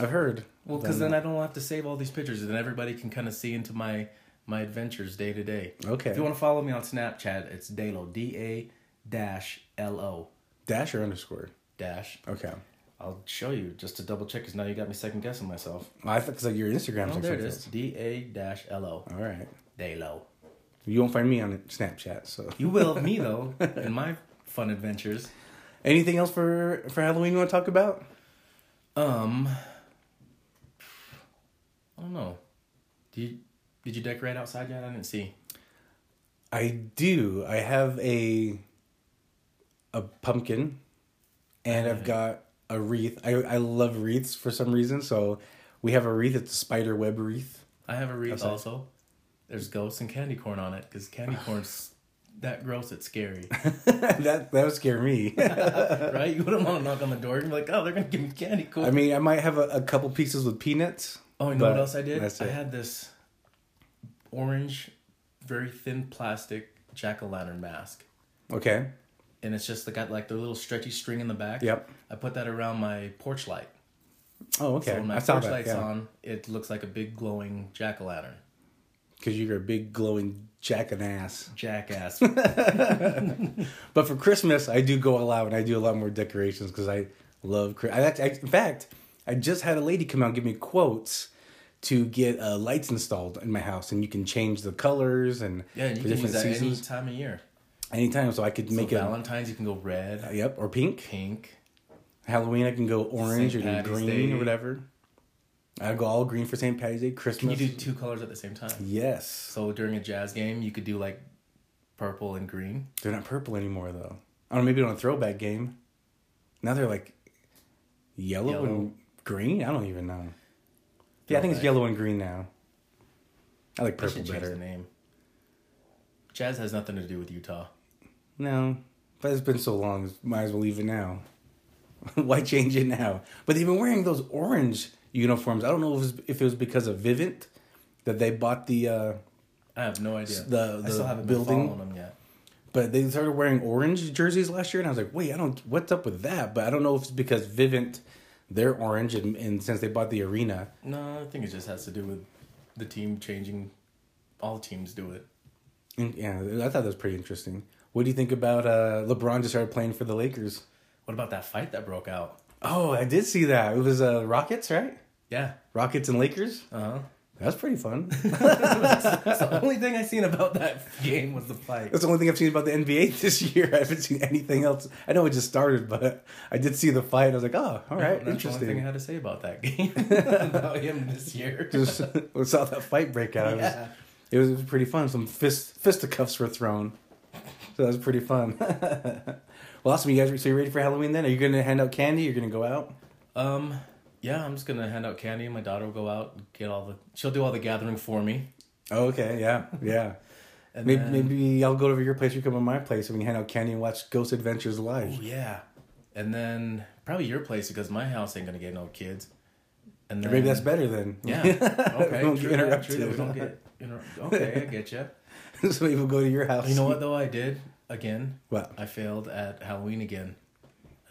Speaker 2: I've heard.
Speaker 1: Well, because then I don't have to save all these pictures, and everybody can kind of see into my my adventures day to day.
Speaker 2: Okay.
Speaker 1: If you want to follow me on Snapchat, it's Dalo D A dash L O
Speaker 2: Dash or underscore.
Speaker 1: dash.
Speaker 2: Okay.
Speaker 1: I'll show you just to double check, because now you got me second guessing myself.
Speaker 2: Well, I thought because like your Instagram's
Speaker 1: Oh,
Speaker 2: like
Speaker 1: there it
Speaker 2: something
Speaker 1: is. D A dash L O
Speaker 2: else. All right.
Speaker 1: Dalo.
Speaker 2: You won't find me on Snapchat. So
Speaker 1: You will me though in my fun adventures.
Speaker 2: anything else for for Halloween you want to talk about?
Speaker 1: Um, I don't know. Did you, did you decorate outside yet? I didn't see.
Speaker 2: I do. I have a a pumpkin, and I've got a wreath. I I love wreaths for some reason. So we have a wreath. It's a spider web wreath.
Speaker 1: I have a wreath also. There's ghosts and candy corn on it because candy corn's that gross. It's scary,
Speaker 2: that that would scare me.
Speaker 1: right? You wouldn't want to knock on the door and be like, "Oh, they're gonna give me candy corn."
Speaker 2: I mean, I might have a, a couple pieces with peanuts.
Speaker 1: oh, you know
Speaker 2: but
Speaker 1: what else I did?
Speaker 2: That's
Speaker 1: I
Speaker 2: it.
Speaker 1: had this orange, very thin plastic jack o' lantern mask,
Speaker 2: okay.
Speaker 1: and it's just got like the little stretchy string in the back.
Speaker 2: Yep.
Speaker 1: I put that around my porch light.
Speaker 2: Oh, okay.
Speaker 1: So when my
Speaker 2: I saw
Speaker 1: porch
Speaker 2: that.
Speaker 1: light's
Speaker 2: yeah.
Speaker 1: on, it looks like a big glowing jack o' lantern.
Speaker 2: because you're a big glowing jackass.
Speaker 1: Jackass.
Speaker 2: But for Christmas, I do go all out and I do a lot more decorations because I love. Chri- I, act- I in fact, I just had a lady come out and give me quotes to get uh, lights installed in my house, and you can change the colors and
Speaker 1: Yeah, and you
Speaker 2: the
Speaker 1: can use
Speaker 2: different
Speaker 1: that any
Speaker 2: seasons
Speaker 1: time of year.
Speaker 2: anytime. So I could make
Speaker 1: Make
Speaker 2: it.
Speaker 1: Valentine's, you can go red,
Speaker 2: Yep, or pink.
Speaker 1: pink.
Speaker 2: Halloween, I can go orange
Speaker 1: St.
Speaker 2: or
Speaker 1: Patty's
Speaker 2: green
Speaker 1: Day.
Speaker 2: or whatever. I go all green for St. Patty's Day.
Speaker 1: Can you
Speaker 2: Christmas.
Speaker 1: do two colors at the same time?
Speaker 2: yes,
Speaker 1: So during a jazz game, you could do like purple and green.
Speaker 2: they're not purple anymore though. I don't know. Maybe on a throwback game. Now they're like yellow,
Speaker 1: Yellow.
Speaker 2: and green. I don't even know. Yeah, I think it's
Speaker 1: Throwback.
Speaker 2: yellow and green now. I like
Speaker 1: They
Speaker 2: purple
Speaker 1: should change the
Speaker 2: better.
Speaker 1: name. Jazz has nothing to do with Utah.
Speaker 2: No, but it's been so long. Might as well leave it now. Why change it now? But they've been wearing those orange uniforms. I don't know if it was, if it was because of Vivint that they bought the. uh
Speaker 1: I have no idea.
Speaker 2: the-
Speaker 1: I
Speaker 2: the
Speaker 1: still haven't
Speaker 2: building?
Speaker 1: been following them yet.
Speaker 2: But they started wearing orange jerseys last year, and I was like, wait, I don't. What's up with that? But I don't know if it's because Vivint, they're orange, and, and since they bought the arena,
Speaker 1: No, I think it just has to do with the team changing. All teams do it.
Speaker 2: and, yeah, I thought that was pretty interesting. What do you think about uh, LeBron just started playing for the Lakers?
Speaker 1: What about that fight that broke out?
Speaker 2: Oh, I did see that. It was uh, Rockets, right?
Speaker 1: Yeah.
Speaker 2: Rockets and Lakers.
Speaker 1: Uh
Speaker 2: That's pretty fun.
Speaker 1: huh. That's the only thing I seen about that game was the fight.
Speaker 2: That's the only thing I've seen about the NBA this year. I haven't seen anything else. I know it just started, but I did see the fight. I was like, oh, all right,
Speaker 1: That's the only thing I
Speaker 2: interesting.
Speaker 1: had to say about that game. about him this year.
Speaker 2: Just saw that fight break out. It was-
Speaker 1: Yeah.
Speaker 2: It was pretty fun. Some fist fisticuffs were thrown, so that was pretty fun. well, awesome, you guys. So you ready for Halloween? Then are you going to hand out candy? You're going to go out?
Speaker 1: Um, yeah, I'm just gonna hand out candy. My daughter will go out and get all the. She'll do all the gathering for me.
Speaker 2: Oh, okay, yeah, yeah.
Speaker 1: And
Speaker 2: Maybe
Speaker 1: then-
Speaker 2: maybe I'll go over to your place. You come to my place, and we can hand out candy and watch Ghost Adventures live.
Speaker 1: Ooh, yeah. And then probably your place because my house ain't gonna get no kids. And then,
Speaker 2: Maybe that's better then.
Speaker 1: Yeah. Okay.
Speaker 2: We won't
Speaker 1: true
Speaker 2: get
Speaker 1: that,
Speaker 2: interrupted.
Speaker 1: true that. We don't get interrupt- Okay, I get you.
Speaker 2: so maybe we'll go to your house.
Speaker 1: You know what though? I did again.
Speaker 2: What?
Speaker 1: I failed at Halloween again.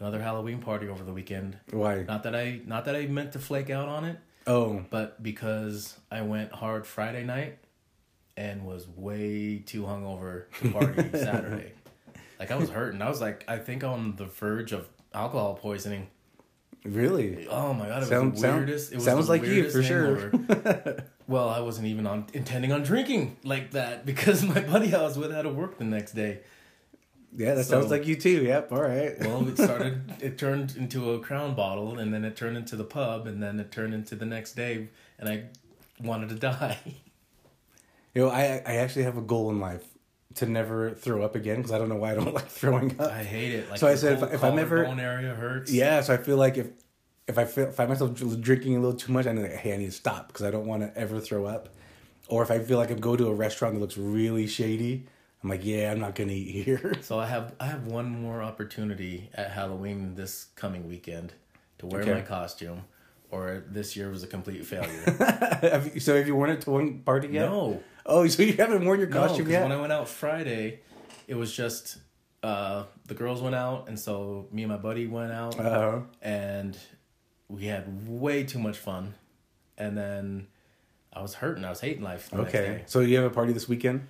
Speaker 1: Another Halloween party over the weekend.
Speaker 2: Why?
Speaker 1: Not that I not that I meant to flake out on it,
Speaker 2: Oh,
Speaker 1: but because I went hard Friday night and was way too hungover to party Saturday. Like I was hurting. I was like, I think on the verge of alcohol poisoning.
Speaker 2: really?
Speaker 1: Oh my god, it
Speaker 2: Sound-
Speaker 1: was the
Speaker 2: sound-
Speaker 1: weirdest. It was
Speaker 2: sounds
Speaker 1: the
Speaker 2: like you, for sure.
Speaker 1: hangover. well, I wasn't even on intending on drinking like that because my buddy I was with had to work the next day.
Speaker 2: Yeah, that
Speaker 1: So-
Speaker 2: sounds like you too. Yep. All right.
Speaker 1: Well, it started. it turned into a Crown bottle, and then it turned into the pub, and then it turned into the next day, and I wanted to die.
Speaker 2: You know, I I actually have a goal in life to never throw up again because I don't know why I don't like throwing up.
Speaker 1: I hate it. Like
Speaker 2: So I
Speaker 1: the
Speaker 2: said, if-
Speaker 1: whole
Speaker 2: if I'm ever-
Speaker 1: collarbone area hurts.
Speaker 2: Yeah, so I feel like if if I feel, find myself dr- drinking a little too much, I know that hey, I need to stop because I don't want to ever throw up. Or if I feel like I go to a restaurant that looks really shady, I'm like, yeah, I'm not gonna eat here.
Speaker 1: So I have I have one more opportunity at Halloween this coming weekend to wear
Speaker 2: Okay.
Speaker 1: my costume, or this year was a complete failure.
Speaker 2: Have you- so have you worn it to one party yet?
Speaker 1: No.
Speaker 2: Oh, so you haven't worn your
Speaker 1: No,
Speaker 2: costume
Speaker 1: 'cause
Speaker 2: yet?
Speaker 1: when I went out Friday, it was just uh, the girls went out, and so me and my buddy went out,
Speaker 2: uh,
Speaker 1: and we had way too much fun. And then I was hurting. I was hating life. The next
Speaker 2: okay.
Speaker 1: day.
Speaker 2: So you have a party this weekend?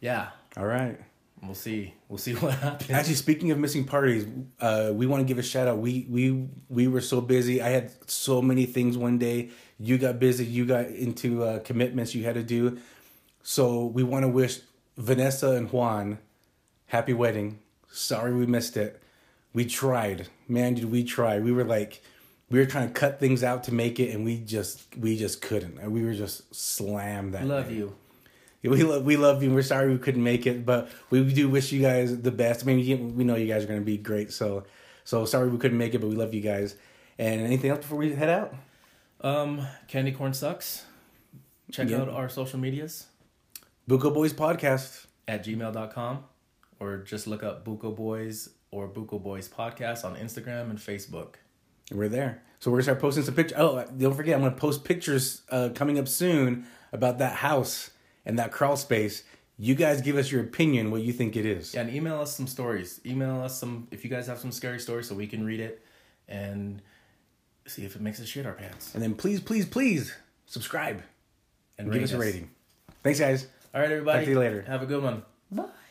Speaker 1: Yeah,
Speaker 2: All right.
Speaker 1: we'll see. We'll see what happens.
Speaker 2: Actually, speaking of missing parties, uh, we want to give a shout out. We we we were so busy. I had so many things one day. You got busy. You got into uh, commitments you had to do. So we want to wish Vanessa and Juan happy wedding. Sorry we missed it. We tried, man. Did we try? We were like, we were trying to cut things out to make it, and we just we just couldn't. And We were just slammed that.
Speaker 1: love
Speaker 2: night.
Speaker 1: you.
Speaker 2: Yeah, We love we love you. and We're sorry we couldn't make it, but we do wish you guys the best. I mean, you- we know you guys are going to be great. So, so sorry we couldn't make it, but we love you guys. And anything else before we head out?
Speaker 1: Um, candy corn sucks. Check
Speaker 2: Yeah.
Speaker 1: out our social medias
Speaker 2: Buko Boys podcast.
Speaker 1: at gmail.com or just look up Buko Boys or Buko Boys Podcast on Instagram and Facebook.
Speaker 2: And we're there. So we're gonna start posting some pictures. Oh, don't forget, I'm gonna post pictures uh, coming up soon about that house and that crawl space. You guys give us your opinion, what you think it is.
Speaker 1: Yeah, and email us some stories. Email us some if you guys have some scary stories so we can read it and see if it makes us shit our pants.
Speaker 2: And then please, please, please subscribe and give
Speaker 1: rate
Speaker 2: us a
Speaker 1: us.
Speaker 2: rating. Thanks, guys.
Speaker 1: All right, everybody.
Speaker 2: Talk to you later.
Speaker 1: Have a good one.
Speaker 2: Bye.